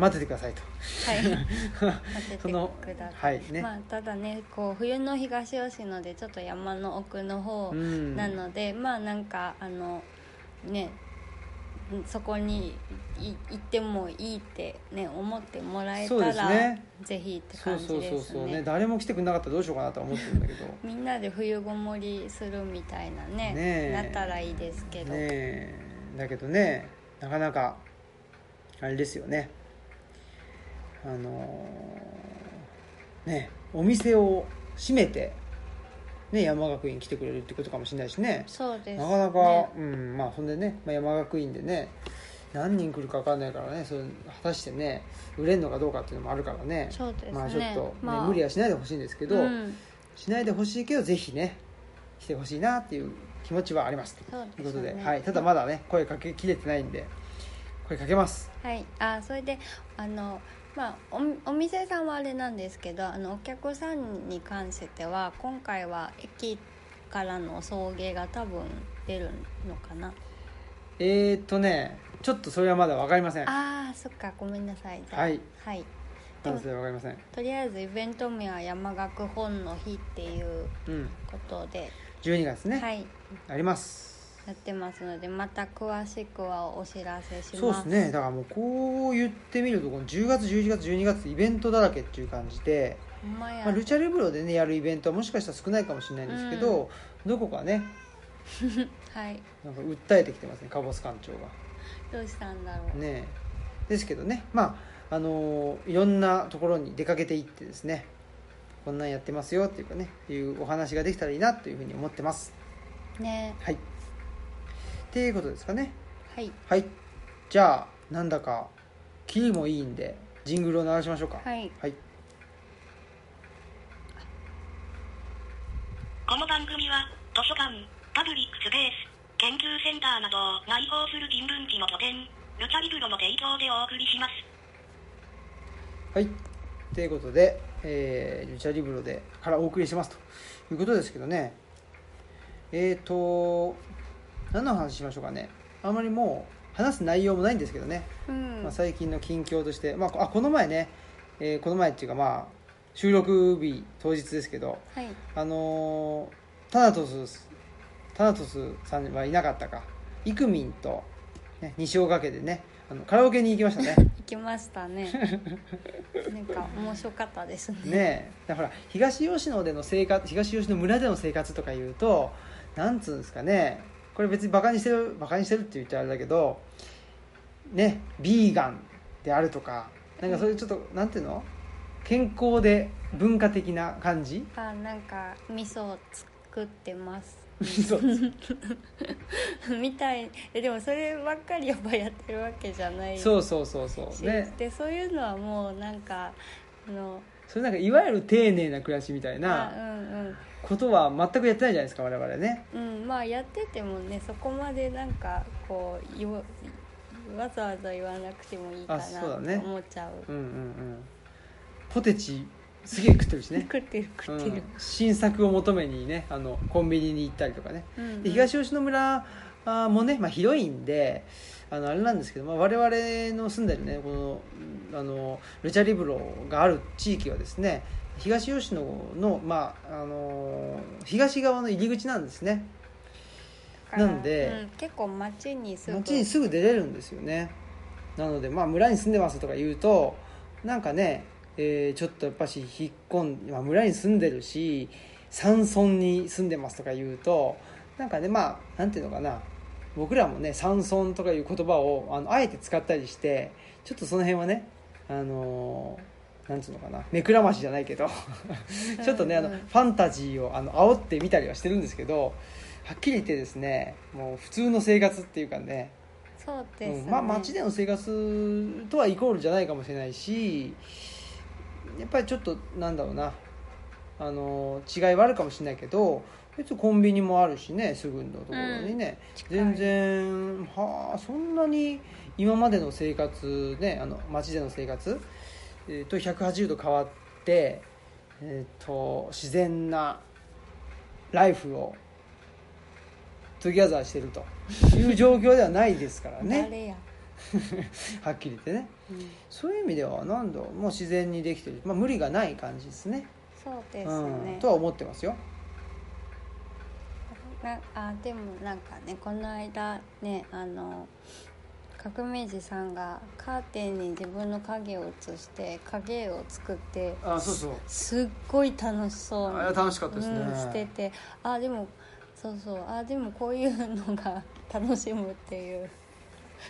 A: 待っててくださいと
B: はい立て
A: (laughs)
B: て
A: その
B: ください
A: はいね、
B: まあ、ただねこう冬の東吉野でちょっと山の奥の方
A: うん
B: なので、まあなんかあのねそこにい行ってもいいってね思ってもらえた
A: そうで
B: ら、
A: すね
B: ぜひって
A: そう
B: 感じ
A: そう
B: です
A: そ
B: ね
A: うそうね誰も来てくれなかったらどうしようかなとは思ってるんだけどね
B: みんなで冬ごもりするみたいな
A: ね
B: ね
A: え
B: なったらいいですけど、
A: えだけどねなかなかあれですよねあのーねお店を閉めて、ね、山学院来てくれるってことかもしれないしね
B: そうですね
A: なかなか、うんまあほんでね、まあ、山学院でね何人来るか分かんないからねそれ果たしてね売れるのかどうかっていうのもあるからね
B: そうですね
A: まあちょっと、ね
B: まあ
A: 無理はしないでほしいんですけど、
B: うん
A: しないでほしいけどぜひね来てほしいなっていう気持ちはありますと
B: そうですね
A: いうことで、はい、ただまだね声かけきれてないんで声かけます
B: はい、あそれであの、まあ、おお店さんはあれなんですけどあのお客さんに関しては今回は駅からの送迎が多分出るのかな
A: えー、っとねちょっとそれはまだ分かりません
B: あーそっかごめんなさいじゃあ
A: はい、
B: はい、
A: まだそれは分かりません、
B: とりあえずイベント名は山岳本の日っていう
A: うん、
B: ことで、
A: 12月ね、
B: はい
A: あります
B: やってますのでまた詳しくはお知らせします
A: そうですねだからもうこう言ってみるとこの10月11月12月イベントだらけっていう感じで、
B: ほんまや、
A: まあ、ルチャリブロでねやるイベントはもしかしたら少ないかもしれないんですけど、どこかね
B: はい
A: なんか訴えてきてますねカボス館長が。
B: どうしたんだろう、
A: ねえですけどねまああのーいろんなところに出かけていってですねこんなんやってますよっていうかねいうお話ができたらいいなというふうに思ってます
B: ね
A: はいっていうことですかね
B: はい
A: はいじゃあなんだかキリもいいんでジングルを鳴らしましょうか
B: はい
A: はい、
C: この番組は、図書館、パブリックスペース、研究センターなどを内包する人文地の拠点、ルチャリブロの提供でお送りします。
A: はい、ということで、えー、ルチャリブロでからお送りしますということですけどねえーと何の話しましょうかねあまりもう話す内容もないんですけどね、
B: うん
A: まあ、最近の近況として、まあこ、あこの前ね、えーこの前っていうかまあ収録日当日ですけど
B: はい
A: あのータナトスタナトスさんはいなかったかイクミンと、ね、西尾けでねあのカラオケに行きましたね
B: 行きまし
A: (laughs)
B: たねなんか面白かったですね
A: ねえだからほら東吉野での生活東吉野村での生活とか言うとなんつうんですかねこれ別にバカにしてるバカにしてるって言っちゃあれだけどねビーガンであるとかなんかそういうちょっとなんていうの健康で文化的な感じ
B: あなんか味噌を作ってます (laughs)
A: そう
B: みたいえでもそればっかりやっぱやってるわけじゃない
A: そうそうそうそう
B: (laughs) し
A: ね
B: でそういうのはもうなんかあの
A: それなんかいわゆる丁寧な暮らしみたい
B: あ
A: な
B: うん
A: ことは全くやってないじゃないですか我々ね
B: うんうんまあやっててもねそこまでなんかこう言わわざわざ言わなくてもいいか
A: あ
B: な
A: そう
B: と
A: だね
B: 思っちゃう
A: うんうんうんポテチすげえ食ってるしね
B: 食ってる食ってる、
A: うん新作を求めにねあのコンビニに行ったりとかね
B: うんうん
A: で東吉野村あもね、まあ、広いんであのあれなんですけど、まあ、我々の住んでるねこのうんあのルチャリブロがある地域はですね東吉野の,、まあ、あの東側の入り口なんですね
B: だから
A: なんで
B: うん、結構街にすぐ
A: 街にすぐ出れるんですよねなので、まあ、村に住んでますとか言うとなんかね、えーちょっとやっぱし引っ込んで、まあ、村に住んでるし山村に住んでますとか言うとなんかねまあなんていうのかな僕らもね山村とかいう言葉をあのあえて使ったりしてちょっとその辺はねあのーなんつうのかな目くらましじゃないけど (laughs) ちょっとねあの
B: うん
A: フ
B: うん
A: ァンタジーをあの煽ってみたりはしてるんですけどはっきり言ってですねもう普通の生活っていうかね
B: そうですね、
A: うん、まあ街での生活とはイコールじゃないかもしれないしやっぱりちょっとなんだろうなあの違いはあるかもしれないけど別にコンビニもあるしねすぐのところにね、
B: 近い
A: 全然はあそんなに今までの生活ねあの街での生活、えーと180度変わって、えー、と自然なライフをトゥギャザーしてるという状況ではないですからね
B: 誰や、
A: (laughs) はっきり言ってね
B: うん
A: そういう意味では何度もう自然にできてる、まあ、無理がない感じですね
B: そうです
A: う
B: ね
A: ん、とは思ってますよ
B: なあでもなんかねこの間ねあの革命児さんがカーテンに自分の影を映して影絵を作って
A: あそうそう
B: すっごい楽しそうに
A: 楽しか
B: うん、しててあでもそうそうあでもこういうのが (laughs) 楽しむっていう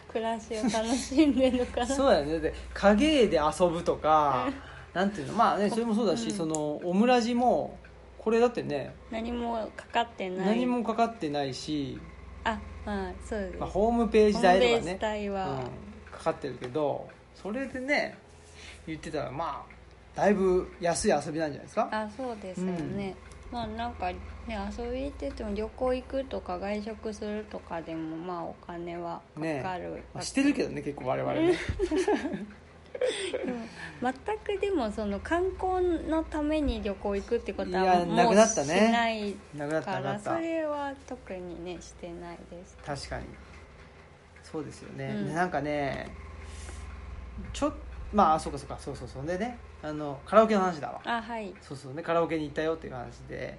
B: 暮らしを楽しんでるか
A: (laughs)
B: ら
A: そうだよねで影絵で遊ぶとかなんていうのまあねそれもそうだし、
B: うん
A: そのオムラジもこれだってね
B: 何もかかってない
A: 何もかかってないし、
B: あまあそうです、
A: まあ、ホームページ代
B: ホー
A: とか
B: ムページ
A: ね、
B: 代
A: う
B: は、
A: ん、かかってるけどそれでね言ってたらまあだいぶ安い遊びなんじゃないですか
B: あそうですよね、まあなんかね遊びって言っても旅行行くとか外食するとかでもまあお金はかかる、
A: まあしてるけどね結構我々ね
B: 全くでもその観光のために旅行行くってこと
A: いや
B: はもう
A: なくなったね
B: しない
A: なくなった
B: か
A: なくな
B: ら
A: っ
B: そ
A: た
B: れは特にねしてないです
A: 確かにそうですよね、
B: うん
A: でなんかねちょっまあそうかそうかそうそうそうでねあのカラオケの話だわ
B: あはい
A: そうそうねカラオケに行ったよっていう話で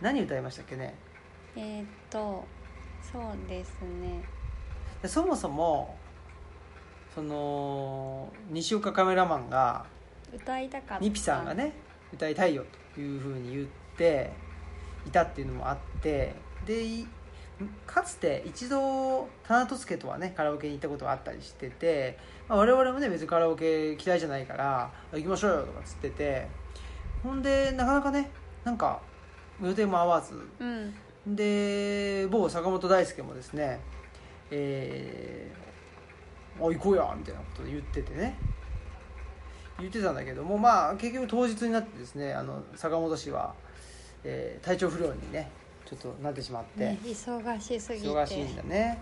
A: 何歌いましたっけね
B: えーっとそうですね
A: でそもそもその西岡カメラマンが
B: 歌いたかった
A: ニピさんがね歌いたいよというふうに言っていたっていうのもあってでいかつて一度田中俊介とはねカラオケに行ったことがあったりしてて、まあ、我々もね別にカラオケ嫌いじゃないから行きましょうよとかっつっててほんでなかなかねなんか予定も合わず
B: うん
A: で某坂本大輔もですね「えー、あ行こうや」みたいなことを言っててね言ってたんだけどもまあ結局当日になってですねあの坂本氏は、えー体調不良にねちょっとなってしまって、
B: ね忙しすぎて
A: 忙しいんだね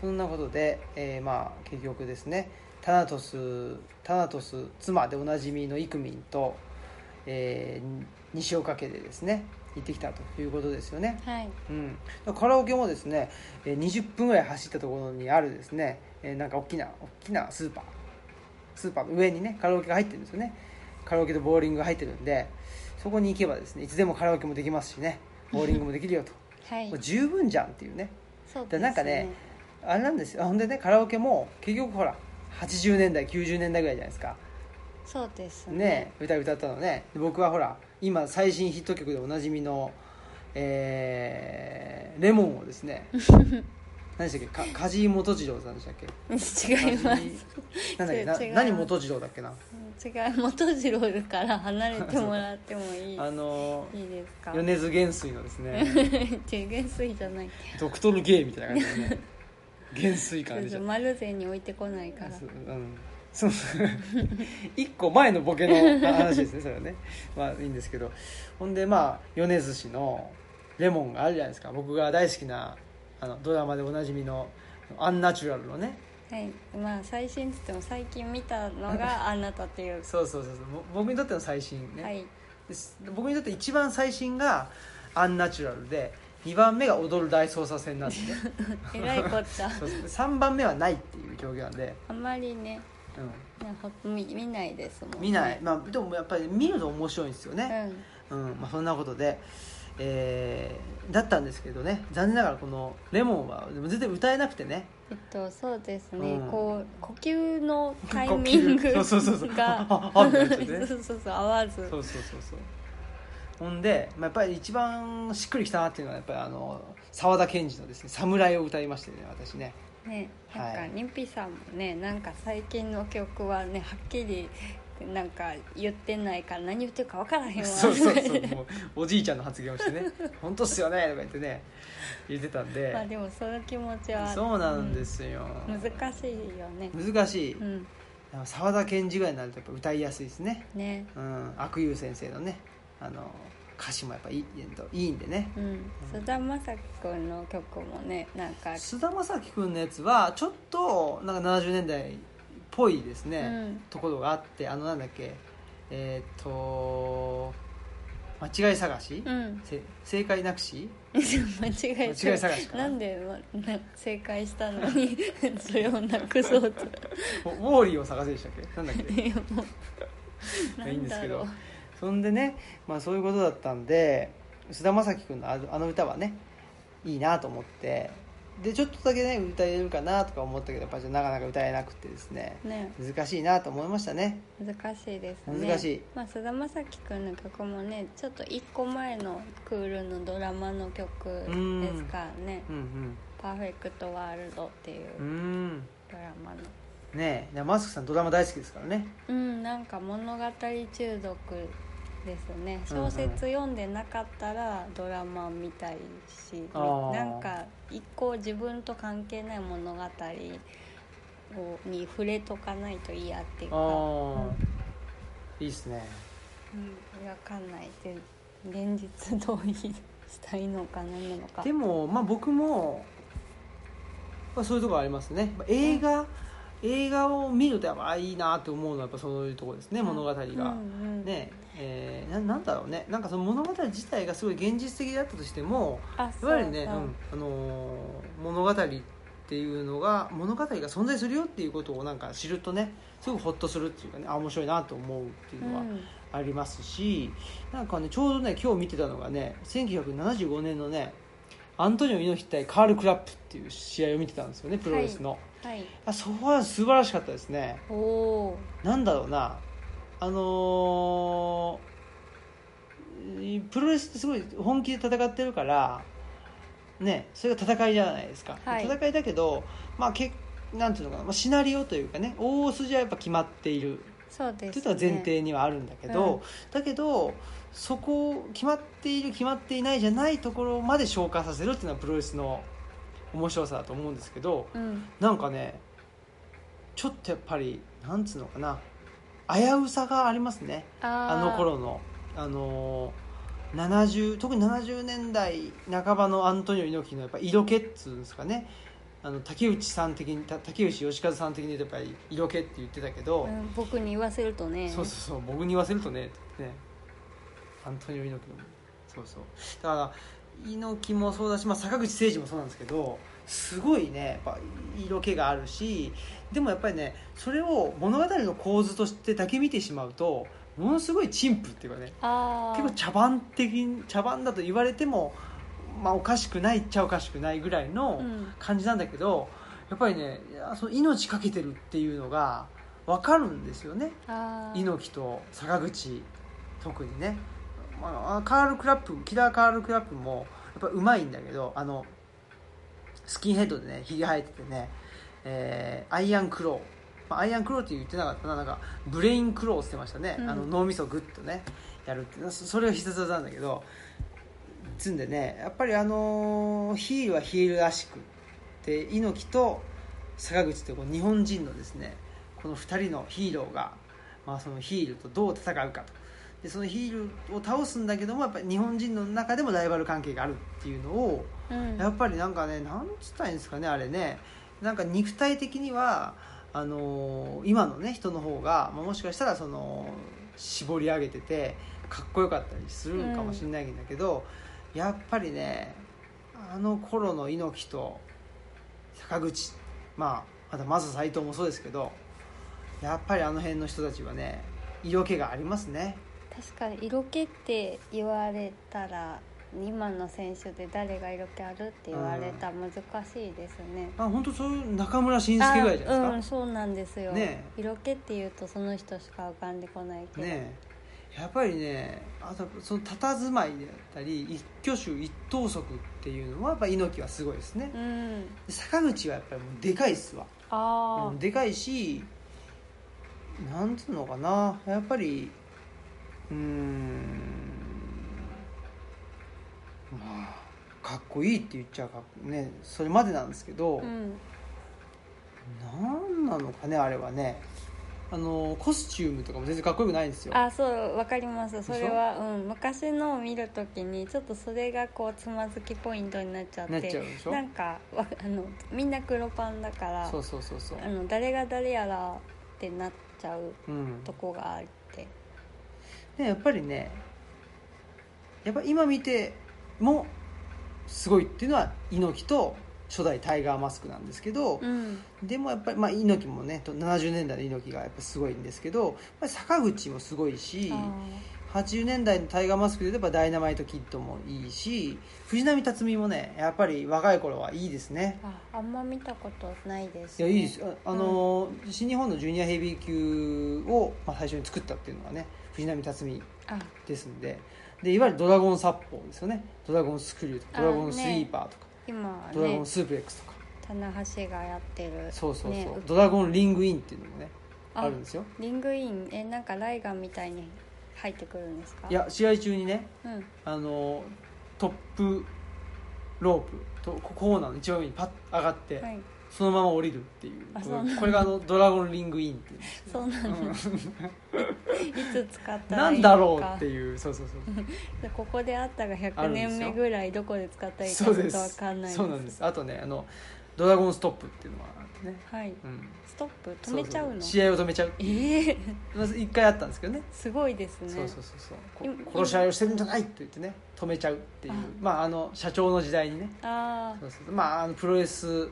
A: そんなことで、えーまあ結局ですねタナトスタナトス妻でおなじみのイクミンと、えー西岡家でですね行ってきたということですよね
B: はい
A: うん、カラオケもですねえー20分ぐらい走ったところにあるですねえーなんか大きな大きなスーパースーパーの上にねカラオケが入ってるんですよねカラオケとボーリングが入ってるんでそこに行けばですねいつでもカラオケもできますしねボーリングもできるよと
B: (laughs) はい
A: もう十分じゃんっていうね
B: そうです
A: でなんかねあれなんですよあほんでねカラオケも結局ほら80年代90年代ぐらいじゃないですか
B: そうです
A: ね歌歌ったのねで僕はほら今最新ヒット曲でおなじみの「えーレモン」をです
B: (laughs)
A: ね何でしたっけか梶井元次郎さんでしたっけ
B: 違います
A: 梶井なんだっけな
B: 違う
A: 何元次郎だっけな
B: 違う元次郎から離れてもらってもいい
A: あの
B: いいですか
A: 米津元帥のですね
B: 違う元帥じゃない
A: ドクトルゲイみたいな感じで
B: (laughs)
A: ね元帥感じ
B: ち
A: ち
B: ょ
A: ゃ
B: っ
A: っ
B: とマルゼに置いてこないか
A: た
B: ら
A: そううんそう一個前のボケの話ですねそれはねまあいいんですけどほんでまあ米津氏の「レモン」があるじゃないですか僕が大好きなあのドラマでおなじみの「アンナチュラル」のね
B: はいまあ最新って言っても最近見たのがあなたっていう
A: そうそうそうそうぼ僕にとっての最新ね、
B: はい
A: です僕にとって一番最新が「アンナチュラルで」2番目が「踊る大捜査線」なんで
B: (laughs) えらいこっちゃ
A: そうそう3番目は「ない」っていう状況なんで、
B: あんまりね
A: う
B: なんか見見ないですもんね
A: ん、見ない、まあ、でもやっぱり見ると面白いんですよね、
B: うん
A: うんまあ、そんなことで、えーだったんですけどね残念ながらこの「レモンは」でも全然歌えなくてね
B: えっとそうですね、
A: うん
B: こう呼吸のタイミング
A: 呼吸
B: が
A: そうそうそうそうあああみたいなやつね
B: そうそうそう合わず
A: そうそうそうそうほんで、まあ、やっぱり一番しっくりきたなっていうのはやっぱりあの沢田研二のですね「侍」を歌いましてね私ね
B: ねなんか
A: はい
B: ニピさんもねなんか最近の曲はねはっきりなんか言ってないから何言ってるか分からへんわ
A: そうそう (laughs) そうもうおじいちゃんの発言をしてね「本当っすよね」とか言ってね言ってたんで
B: まあでもその気持ちは
A: そうなんで、すよ、
B: うん難しいよね
A: 難しい、
B: うん
A: でも沢田研二ぐらいになるとやっぱ歌いやすいですね、
B: ね
A: うん、悪友先生のねあの歌詞もやっぱいいえっといいんでね
B: うん菅、田将暉君の曲もねなんか
A: 菅田将暉君のやつはちょっとなんか70年代っぽいですね、
B: うん
A: ところがあってあのなんだっけえーっと間違い探し、
B: うん (laughs)
A: せ正解なくし
B: 間違え
A: 間違い探しか
B: なんで、ま、な正解したのに (laughs) それをなくそうと
A: ウォウォーリーを探せでしたっけなんだっけ
B: いやもう
A: ま
B: な
A: あいいん
B: ん
A: です
B: だ
A: け
B: ろ
A: ど
B: う
A: そんでね、まあ、そういうことだったんで菅田将暉君のあのあの歌はねいいなと思ってでちょっとだけね歌えるかなとか思ったけどやっぱりなかなか歌えなくてですね
B: ね
A: 難しいなと思いましたね
B: 難しいですね
A: 難しい
B: まあ、菅田将暉君の曲もねちょっと一個前のクールのドラマの曲ですからね
A: うんうん
B: 「パーフェクトワールド」っていう
A: うー
B: うんドラマの
A: ねえでマスクさんドラマ大好きですからね
B: うんなんか物語中毒ですね小説読んでなかったらドラマ見たいし、
A: あー
B: なんか一個自分と関係ない物語をに触れとかないと嫌ってい
A: あ
B: うか、
A: あ、いいっすね
B: うん、わかんないで現実逃避したいのか何なのか
A: でもまあ僕も、まあ、そういうところありますねまあ映画、映画を見るとやっぱいいなと思うのはやっぱそういうところですね物語が、
B: うんうん
A: ねえーななんだろうねなんかその物語自体がすごい現実的だったとしても
B: あ
A: いわゆるね
B: そうそう
A: うんあのー物語っていうのが物語が存在するよっていうことをなんか知るとねすごくホッとするっていうかねあ面白いなと思うっていうのは
B: うん
A: ありますし、なんかねちょうどね今日見てたのがね1975年のねアントニオ猪木対カール・クラップっていう試合を見てたんですよねプロレスの、
B: はい
A: あそこは素晴らしかったですね
B: おお
A: なんだろうなあのープロレスってすごい本気で戦ってるからねそれが戦いじゃないですか、
B: はい
A: 戦いだけどまあけなんていうのかな、まあ、シナリオというかね大筋はやっぱ決まっている
B: そうです、
A: っていうの
B: ね、
A: は前提にはあるんだけど、だけどそこを決まっている決まっていないじゃないところまで消化させるっていうのはプロレスの面白さだと思うんですけど
B: うん
A: なんかねちょっとやっぱりなんつうのかな危うさがありますね
B: あ
A: あ
B: ー
A: の頃のあのー70特に70年代半ばのアントニオ猪木のやっぱ色気っつうんですかねあの竹内さん的にた竹内義和さん的に言うとやっぱり色気って言ってたけど、
B: うん、僕に言わせるとね
A: そうそうそう僕に言わせるとねねアントニオ猪木のそうそうだから猪木もそうだし、まあ、坂口誠二もそうなんですけどすごいねやっぱ色気があるしでもやっぱりねそれを物語の構図としてだけ見てしまうとものすごい陳腐っていうかね
B: ああ
A: 結構茶番的に茶番だと言われても、まあ、おかしくないっちゃおかしくないぐらいの、
B: うん
A: 感じなんだけどやっぱりねいやその命かけてるっていうのが分かるんですよね
B: あー
A: 猪木と坂口特にね、まあ、カール・クラップキラー・カール・クラップもやっぱうまいんだけどあのスキンヘッドでねひげ生えててね、えーアイアン・クローまあアイアンクローって言ってなかったななんかブレインクローをしてましたね、
B: うん
A: あの脳みそグッとねやるってそそれが必殺技なんだけどつんでねやっぱりあのーヒールはヒールらしくで猪木と坂口というこの日本人のですねこの2人のヒーローが、まあ、そのヒールとどう戦うかとでそのヒールを倒すんだけどもやっぱり日本人の中でもライバル関係があるっていうのを
B: うん
A: やっぱりなんかねなんつったらいいんですかねあれねなんか肉体的にはあのー今のね人の方が、まあ、もしかしたらその絞り上げててかっこよかったりするかもしれないんだけど、やっぱりねあの頃の猪木と坂口まあまだまず斎藤もそうですけどやっぱりあの辺の人たちはね色気がありますね。
B: 確かに色気って言われたら今の選手で誰が色気あるって言われたら難しいですね、
A: あ本当そういう中村慎介ぐらいじゃないですか。
B: あうんそうなんですよ、
A: ね
B: 色気っていうとその人しか浮かんでこないけど、
A: ねやっぱりねあとその佇まいであったり一挙手一投足っていうのはやっぱ猪木はすごいですね
B: うん
A: で坂口はやっぱりもうでかいっすわ
B: あ
A: うんでかいしなんつうのかなやっぱりうーんまあかっこいいって言っちゃかっこねそれまでなんですけど、
B: あうん
A: なんなのかねあれはねあのコスチュームとかも全然かっこよくないんですよ
B: あそうわかりますそれはうん昔のを見るときにちょっとそれがこうつまずきポイントになっちゃって
A: なっちゃうでしょ
B: なんかわあのみんな黒パンだから
A: そうそうそうそう
B: あの誰が誰やらってなっちゃう
A: うん
B: とこがあって
A: でやっぱりねやっぱ今見てもすごいっていうのは猪木と初代タイガーマスクなんですけど、
B: うん
A: でもやっぱり、まあ、猪木もねと70年代の猪木がやっぱすごいんですけどやっぱり坂口もすごいし
B: あ
A: 80年代のタイガーマスクで言えばダイナマイトキッドもいいし藤波辰巳もねやっぱり若い頃はいいですね
B: ーああんま見たことないです
A: いやいいですよああ
B: うん
A: のー、新日本のジュニアヘビー級を、まあ、最初に作ったっていうのがね藤波辰巳
B: あ
A: ですんででいわゆるドラゴン殺法ですよねドラゴンスクリューとかドラゴンスイーパーとか、
B: 今
A: ドラゴ
B: ね
A: ンスープレックスとか、
B: 棚橋がやってる
A: そうそうそう、
B: ね
A: ドラゴンリングインっていうのもね
B: あ
A: あるんですよ
B: リングインえなんかライガンみたいに入ってくるんですか
A: いや試合中にね
B: うん
A: あのトップロープとこコーナーの一番上にパッと上がって、
B: はい
A: そのまま降りるっていう
B: あ
A: こ
B: そうなん
A: れ
B: だ
A: これがあのドラゴンリングインっていうんです
B: そうなんだ、
A: うん
B: (laughs) いつ使ったら
A: ない
B: い
A: ん
B: のか
A: だろうっていうそうそうそう
B: でここであったが
A: あ
B: 100
A: るんです
B: 年
A: よ
B: 目ぐらいどこで使ったらいいかち
A: そう
B: ょっと
A: で
B: 分
A: す
B: かんない
A: そうなんですあとねあのドラゴンストップっていうのがあってね、
B: はい
A: うん、
B: ストップ止めちゃうの
A: そそ試合を止めちゃうっていう
B: ええ
A: まず一回あったんですけどね
B: (laughs) すごいですね
A: そうそうそうそうこ
B: 今今
A: 殺し合いをしてるんじゃないって言ってね止めちゃうっていう
B: あ
A: まああの社長の時代にね
B: あ
A: そうそうまああのプロレス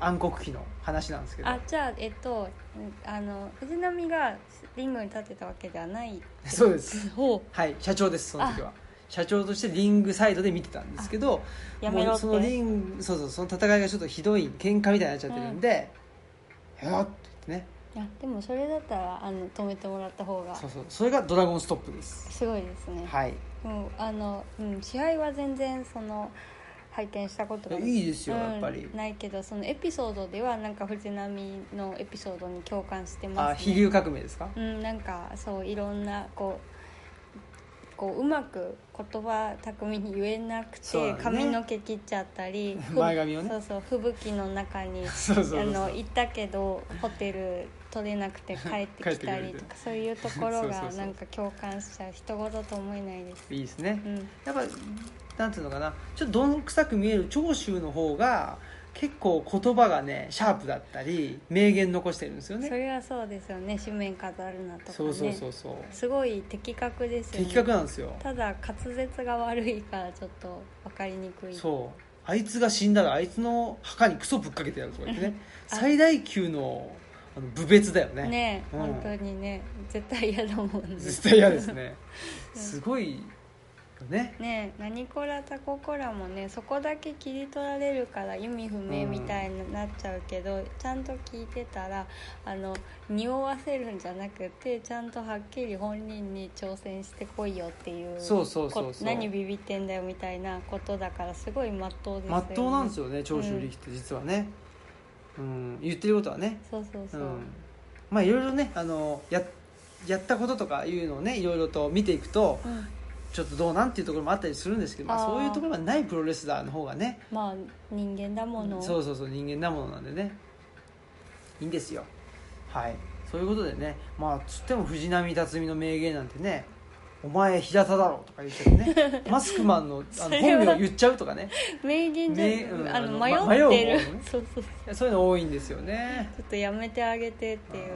A: 暗黒期の話なんですけ
B: ー
A: ど
B: あじゃあえっとうんあの藤波がリングに立ってたわけではない
A: そう
B: (laughs)
A: です
B: ほ
A: はい社長ですその時は社長としてリングサイドで見てたんですけど
B: うやめろ
A: も
B: っ
A: うその
B: て
A: リングそうそうその戦いがちょっとひどい喧嘩みたいになっちゃってるんで「やろ!」って言ってね
B: いやでもそれだったらあの止めてもらった方が
A: そうそうそれがドラゴンストップです
B: すごいですね、
A: はい
B: もうあの、うん、試合は全然その拝見したことが
A: いやいいですよやっぱり
B: うんないけどそのエピソードではなんか藤波のエピソードに共感して
A: あ
B: ます、
A: 飛
B: ね、
A: 龍革命ですか
B: うんなんかそういろんなこうこううまく言葉巧みに言えなくて、
A: そうだね
B: 髪の毛切っちゃったり
A: (laughs)
B: ふ
A: 前髪をね
B: そうそう吹雪の
A: (laughs)
B: 中に
A: そうそうそうそう
B: あの行ったけどホテル取れなくて帰ってき
A: (laughs) 帰
B: たりと
A: ってくるみたい
B: かそういうところ
A: そうそう
B: が
A: そう
B: なんか共感しちゃう人事と思えないです。
A: いいですね
B: うん
A: やっぱなんていうのかなちょっとどんくさく見える長州の方が結構言葉がねシャープだったり名言残してるんですよ
B: そ
A: ね
B: れはそうですよね紙面飾るなとかね
A: そうそうそうそう、
B: すごい的確ですよね
A: 的確なんですよ
B: ただ滑舌が悪いからちょっと分かりにくい
A: そうあいつが死んだらあいつの墓にクソぶっかけてやるとか言ってね
B: あ
A: 最大級のあの部別だよね
B: ねえ、
A: うん
B: 本当にね絶対嫌だもんね
A: 絶対嫌ですね
B: うん
A: すごいよね
B: ねえ「何コラタココラ」もねそこだけ切り取られるから意味不明みたいになっちゃうけど、ちゃんと聞いてたらあの匂わせるんじゃなくてちゃんとはっきり本人に挑戦してこいよっていう
A: そうそうそうそう
B: こ何ビビってんだよみたいなことだからすごいまっとうですよ
A: ま
B: ね
A: っとうなんですよね長州力って実はね、うん、言ってることはね
B: そうそうそう、
A: ん、まあいろいろねあのややったこととかいうのをねいろいろと見ていくと
B: うん
A: ちょっとどうなんっていうところもあったりするんですけど、まあ、
B: あー
A: そういうところがないプロレスラーの方がね
B: まあ人間だもの
A: そうそうそう人間なものなんでねいいんですよはいそういうことでねまあつっても藤波辰巳の名言なんてね「お前平田だろ」とか言っちゃって
B: (laughs)
A: ねマスクマンのあ
B: そ
A: の
B: れ
A: 本
B: は
A: 名言っちゃうとかね
B: 名言じゃ、
A: 名うん
B: あ
A: あの
B: の
A: ま
B: 迷って
A: 迷う
B: る
A: 方ね
B: (laughs) そうそうそう
A: そういうの多いんですよね
B: ちょっとやめてあげてっていうね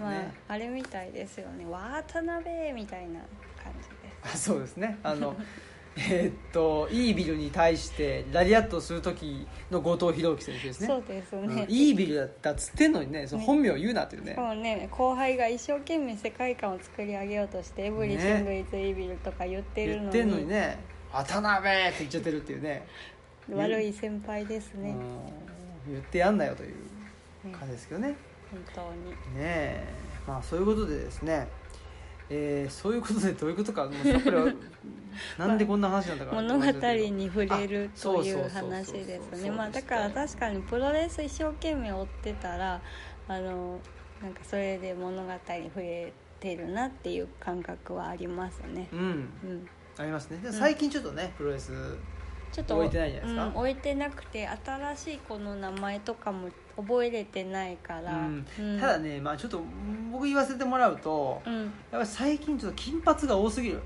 A: あー
B: まあ
A: ね
B: あれみたいですよね渡辺みたいな感じです
A: あそうですねあの (laughs) えーっとイービルに対してラリアットをする時の後藤弘樹選手ですね
B: そうです
A: うん
B: ね、
A: イービルだったっつってんのにねその
B: ね
A: 本名を言うなっていうね
B: もうね後輩が一生懸命世界観を作り上げようとして「エブリシング・イズ・イービル」とか言ってる
A: 言
B: の
A: ってん
B: に
A: のにね「渡辺!」って言っちゃってるっていうね
B: 悪い先輩ですね、
A: うん言ってやんなよという
B: ね
A: 感じですけどねね
B: 本当に
A: えまあそういうことでですねええーそういうことでどういうことかもうさっぱり
B: (laughs)
A: わなんでこんな話なんだから
B: 物語に触れる
A: あ
B: と
A: そ
B: い
A: うそうそう
B: う
A: そう
B: 話です
A: そうです
B: ねまあだから確かにプロレス一生懸命追ってたらあのなんかそれで物語に触れてるなっていう感覚はありますね
A: う、ん
B: うん、
A: ありますねで
B: ん
A: 最近ちょっとね、プロレス
B: ちょっと
A: 置いてないじゃないですか
B: うん、置いてなくて新しいこの名前とかも覚えれてないから、
A: うん
B: うん
A: ただねまあちょっと僕言わせてもらうと
B: うん
A: やっぱり最近ちょっと金髪が多すぎる、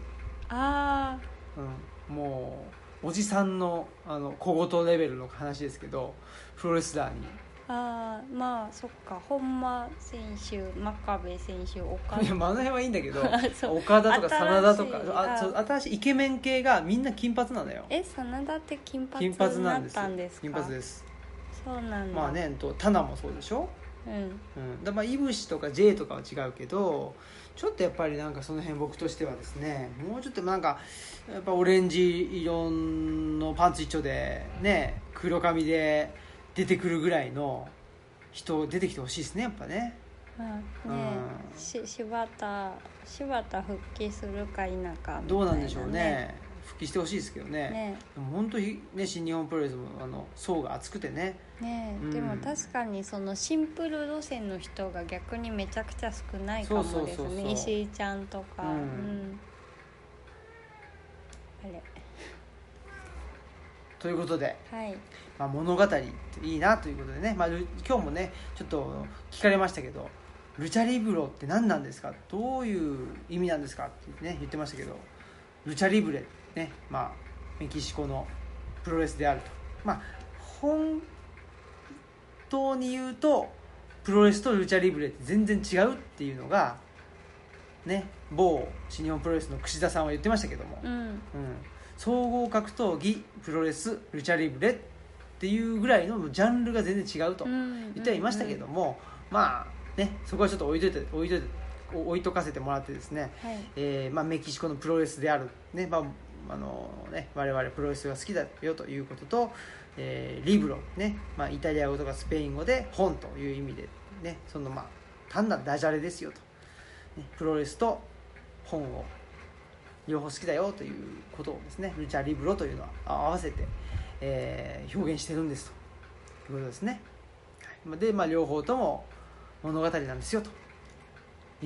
B: ああ
A: うん、もうおじさんのあの小言レベルの話ですけどプロレスラーに
B: あーまあそっか本間選手真壁選手岡
A: いや、まあ、あの辺はいいんだけど
B: そう
A: 岡田とか真田とか
B: 新しい
A: あ
B: あ
A: そう新しいイケメン系がみんな金髪なのよ
B: (laughs) え真田って金髪
A: 金
B: にな
A: 髪なんで
B: っ
A: す
B: たんですか
A: 金髪です
B: そうなんだ
A: まあねとタナもそうでしょ、
B: うん
A: うん、だまあイブシとか J とかは違うけどちょっとやっぱりなんかその辺僕としてはですねもうちょっとなんかやっぱオレンジ色のパンツ一丁でね黒髪で出てくるぐらいの人出てきてほしいですねやっぱね
B: まあね
A: うん
B: し柴田柴田復帰するか否かみたいな、ね、
A: どうなんでしょうね復帰してほしいですけどね
B: ね
A: でも本当にね新日本プロレスもあの層が厚くてね
B: ね
A: うん
B: でも確かにそのシンプル路線の人が逆にめちゃくちゃ少ないかもですね
A: そうそうそうそう
B: 石井ちゃんとか、
A: うん
B: うん
A: ということで、
B: あれはい
A: まあ、物語っていいなということでね、まあ、ル今日もねちょっと聞かれましたけどルチャリブロって何なんですかどういう意味なんですかって、ね、言ってましたけどルチャリブレ、ねまあ、メキシコのプロレスであると、まあ、本当に言うとプロレスとルチャリブレって全然違うっていうのが、ね、某新日本プロレスの櫛田さんは言ってましたけども、
B: うん
A: うん、総合格闘技プロレスルチャリブレっていうぐらいのジャンルが全然違うと
B: う
A: 言
B: ん
A: ってはいましたけども、まあねそこはちょっと置いといて置いといて置いとかせてもらってですね、
B: うんはい
A: えーまあ、メキシコのプロレスである、ねまああのね、我々プロレスが好きだよということと、えーリブロ、ねまあ、イタリア語とかスペイン語で本という意味で、ね、そのまあ単なるダジャレですよと、ね、プロレスと本を両方好きだよということをですねルチャリブロというのはあ合わせて、えー表現してるんですということですねはいまあで、まあ、両方とも物語なんですよと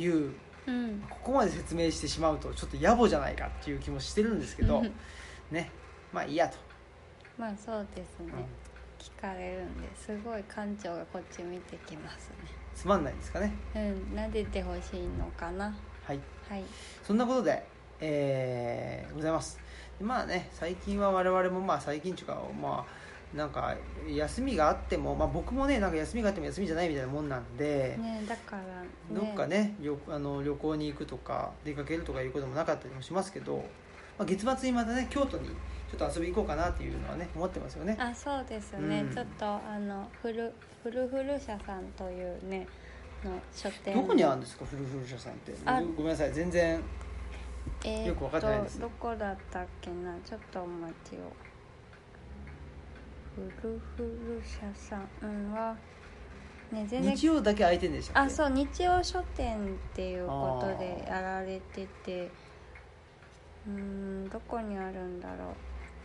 A: いう
B: うん
A: ここまで説明してしまうとちょっと野暮じゃないかっていう気もしてるんですけどねまあいいやと、
B: まあそうですね、
A: うん
B: 聞かれるんですごい館長がこっち見てきます
A: つまんないんですかね
B: ねうん撫でてほしいのかな
A: はい
B: はい
A: そんなことでえーございますでまあね最近は我々もまあ最近というかまあなんか休みがあっても、まあ、僕もねなんか休みがあっても休みじゃないみたいなもんなんで、
B: ねだからね
A: どっかね旅あの旅行に行くとか出かけるとかいうこともなかったりもしますけど、まあ、月末にまたね京都にちょっと遊び行こうかなっていうのはね思ってますよね
B: あそうですね、
A: うん
B: ちょっとあのふるふるふる社さんというねの書店
A: どこにあるんですかフルフル社さんって
B: あ
A: ごごめんなさい全然
B: えー
A: よくわかってないです
B: とどこだったっけなちょっとお待ちをふるふる社さんはね全然
A: 日曜だけ空いてんでしたっけ
B: あそう日曜書店っていうことで
A: あー
B: やられててうーんどこにあるんだろ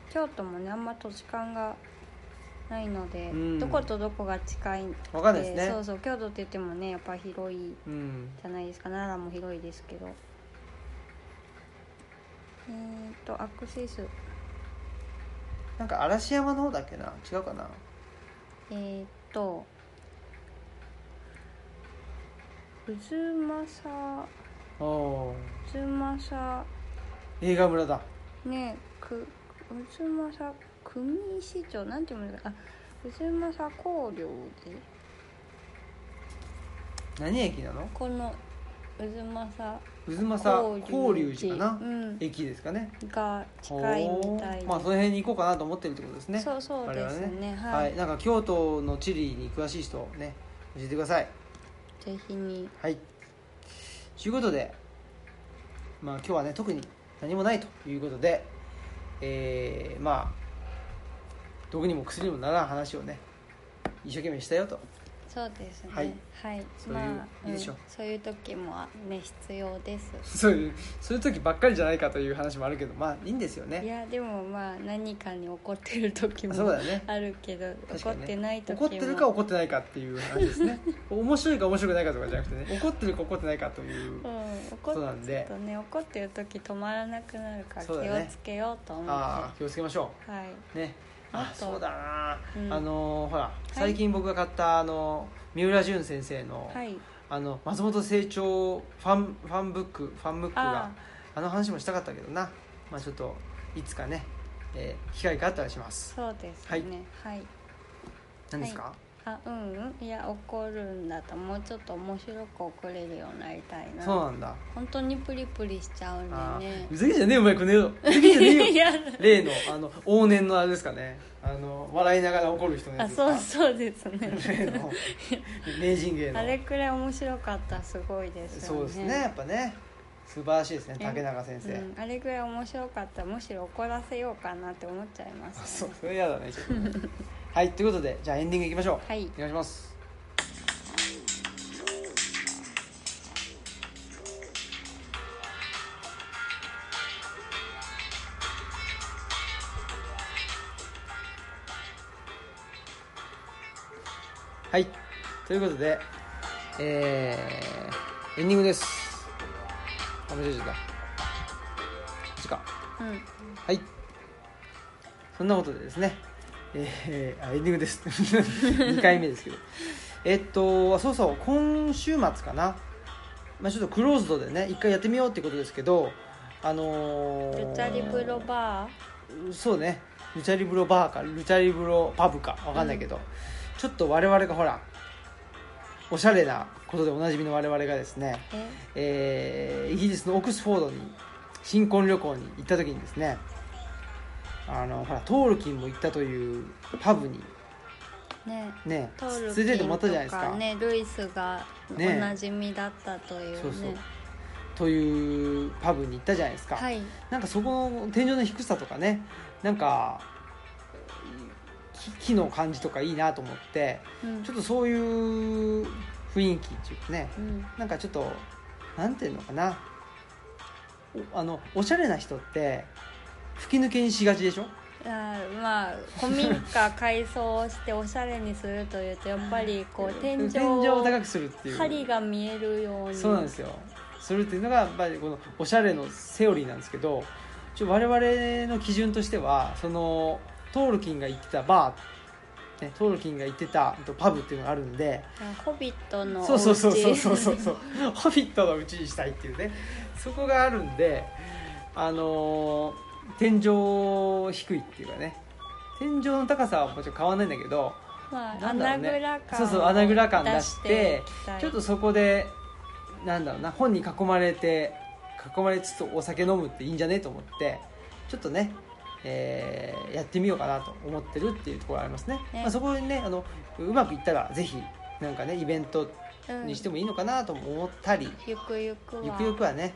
B: う京都もねあんま土地勘がないので、
A: うん
B: どことどこが近いんで
A: わかんないですね
B: そうそう京都って言ってもねやっぱ広い
A: うん
B: じゃないですか奈良も広いですけどえー、っとアクセス
A: なんか嵐山の方だっけな違うかな
B: えー、っと渦政
A: おお
B: 渦政
A: 映画村だ
B: ねえく渦政組市長なんて読むんだあ渦政公領で
A: 何駅なの
B: この渦政
A: 渦政
B: 交
A: 交流寺かな、
B: うん、
A: 駅ですかね
B: が近いみたい
A: お
B: で
A: ーまあその辺に行こうかなと思ってるってことですね
B: そうそうです
A: 我々
B: ね
A: は、
B: はいい、
A: なんか京都の地理に詳しい人ね教えてください
B: ぜひに
A: はいということでまあ今日はね特に何もないということでえー、まあ毒にも薬にもならん話をね一生懸命したよと (laughs)
B: そうですね
A: はい
B: はい、
A: そういう
B: まあ
A: いいでしょうん
B: そういう時もね必要です
A: そういうそういう時ばっかりじゃないかという話もあるけどまあいいんですよ
B: い
A: ね
B: やでもまあ何かに怒ってる時
A: あそう
B: も
A: だよね
B: あるけど、
A: 確
B: 怒
A: か
B: っ
A: にね
B: てない時も
A: 怒ってるか怒ってないかっていう話ですね (laughs) 面白いか面白くないかとかじゃなくてね怒ってるか怒ってないかという
B: (laughs) うん、怒っ
A: ことなんで
B: ちょっとね怒ってる時止まらなくなるから気
A: そう
B: を
A: だね
B: つけようと思って、
A: ああ気をつけましょ
B: はいう
A: ねあ
B: あと
A: そうだな、
B: うん
A: あのーほら最近僕が買ったあの三浦淳先生の,、
B: はい
A: あの松本清張ファンファンブックファンブックが
B: あ
A: あの話もしたかったけどなまあちょっといつかね、えー機会があったらします
B: そうですねはい、
A: 何ですか、
B: あうんうんいや怒るんだともうちょっと面白く怒れるようになりたいな
A: そうなんだ
B: 本当にプリプリしちゃうんだよ
A: あ
B: ね
A: ーふざけんじゃねえよお前この野郎ふざけんじゃねえ
B: い
A: よ
B: や
A: 例のあの往年のあれですかねあの笑いながら怒る人のや
B: あ
A: つです
B: そう
A: か
B: そうですね
A: 例
B: (laughs)
A: の名人芸の
B: あれくらい面白かったらすごいですよね
A: そうですねやっぱね素晴らしいですね
B: え
A: 竹中先生、
B: うん、あれぐらい面白かったらむしろ怒らせようかなって思っちゃいま
A: あ (laughs)
B: す
A: そ
B: ね
A: うそれ嫌だねちょっとねはいということでじゃあエンディングいきましょう
B: はい
A: お願いしますはいということでえー、エンディングですあ間違えちゃったこっちか
B: うん
A: はいそんなことでですねえー、あエンディングです (laughs) 2回目ですけどえっとそうそう今週末かな、まあ、ちょっとクローズドでね一回やってみようってことですけどあのー
B: ルチャリブロバ
A: そうねルチャリブロバーかルチャリブロパブかわかんないけど、ちょっと我々がほらおしゃれなことでおなじみの我々がですね、
B: ーえ
A: えーイギリスのオックスフォードに新婚旅行に行った時にですねあのほらトールキンも行ったというパブに
B: ね
A: ね
B: トール
A: 連
B: キ
A: れ
B: ン
A: てっ
B: と
A: てもらったじゃないです
B: か
A: か
B: ねルイスがお
A: ね
B: なじみだったというね
A: そうそうというパブに行ったじゃないですか、
B: はい
A: なんかそこの天井の低さとかねなんか木木の感じとかいいなと思って
B: うん
A: ちょっとそういう雰囲気っていうかね
B: うん
A: なんかちょっとなんていうのかなおあのおしゃれな人って吹き抜けにしがちでしょ
B: あーまあ古民家改装をしておしゃれにするというとやっぱりこう天井
A: 天井を高くするっていう
B: 針が見えるように
A: そうなんですよするっていうのがやっぱりこのおしゃれのセオリーなんですけどちょ我々の基準としてはそのトールキンが行ってたバー、ね、トールキンが行ってたえっとパブっていうのがあるんで
B: あホビットのお家
A: そうそうそうそうそう (laughs) そうそうホビットのうちにしたいっていうねそこがあるんであのー天井低いっていうかね天井の高さはもちろん変わんないんだけど
B: まあ、
A: なんだろ
B: 穴
A: うね
B: 蔵感
A: そうそう穴蔵感出して
B: 出いきたい
A: ちょっとそこでなんだろうな本に囲まれて囲まれつつお酒飲むっていいんじゃねと思ってちょっとね、えーやってみようかなと思ってるっていうところがありますね
B: ね
A: まあ、そこにねあのうまくいったらぜひなんかねイベント
B: うん
A: にしてもいいのかなとも思ったり、
B: ゆくゆくは
A: ゆくゆくはね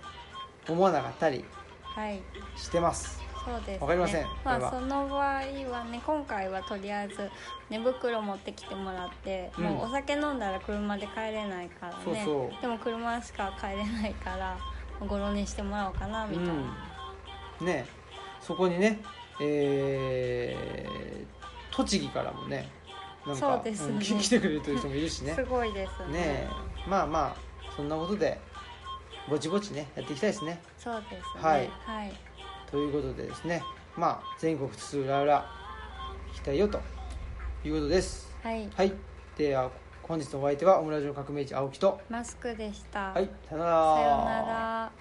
A: 思わなかったり
B: はい
A: してます
B: そうですね
A: わかりません
B: ま
A: これ
B: あ
A: は
B: その場合はね今回はとりあえず寝袋持ってきてもらって、
A: うん
B: もうお酒飲んだら車で帰れないからね
A: そうそう
B: でも車しか帰れないからごろ寝してもらおうかなみたいな、
A: うん、ねそこにねえー栃木からもねなんか
B: そうですね
A: んき来て (laughs) くれるという人もいるしね
B: すごいですね
A: ねまあまあそんなことでぼちぼちねやっていきたいですね
B: そうですね
A: はい
B: はい、
A: ということでですねまあ全国津々浦々行きたいよということです
B: はい
A: はいでは本日のお相手はオムラジオ革命児青木と
B: マスクでした、
A: はいさよな
B: さようなら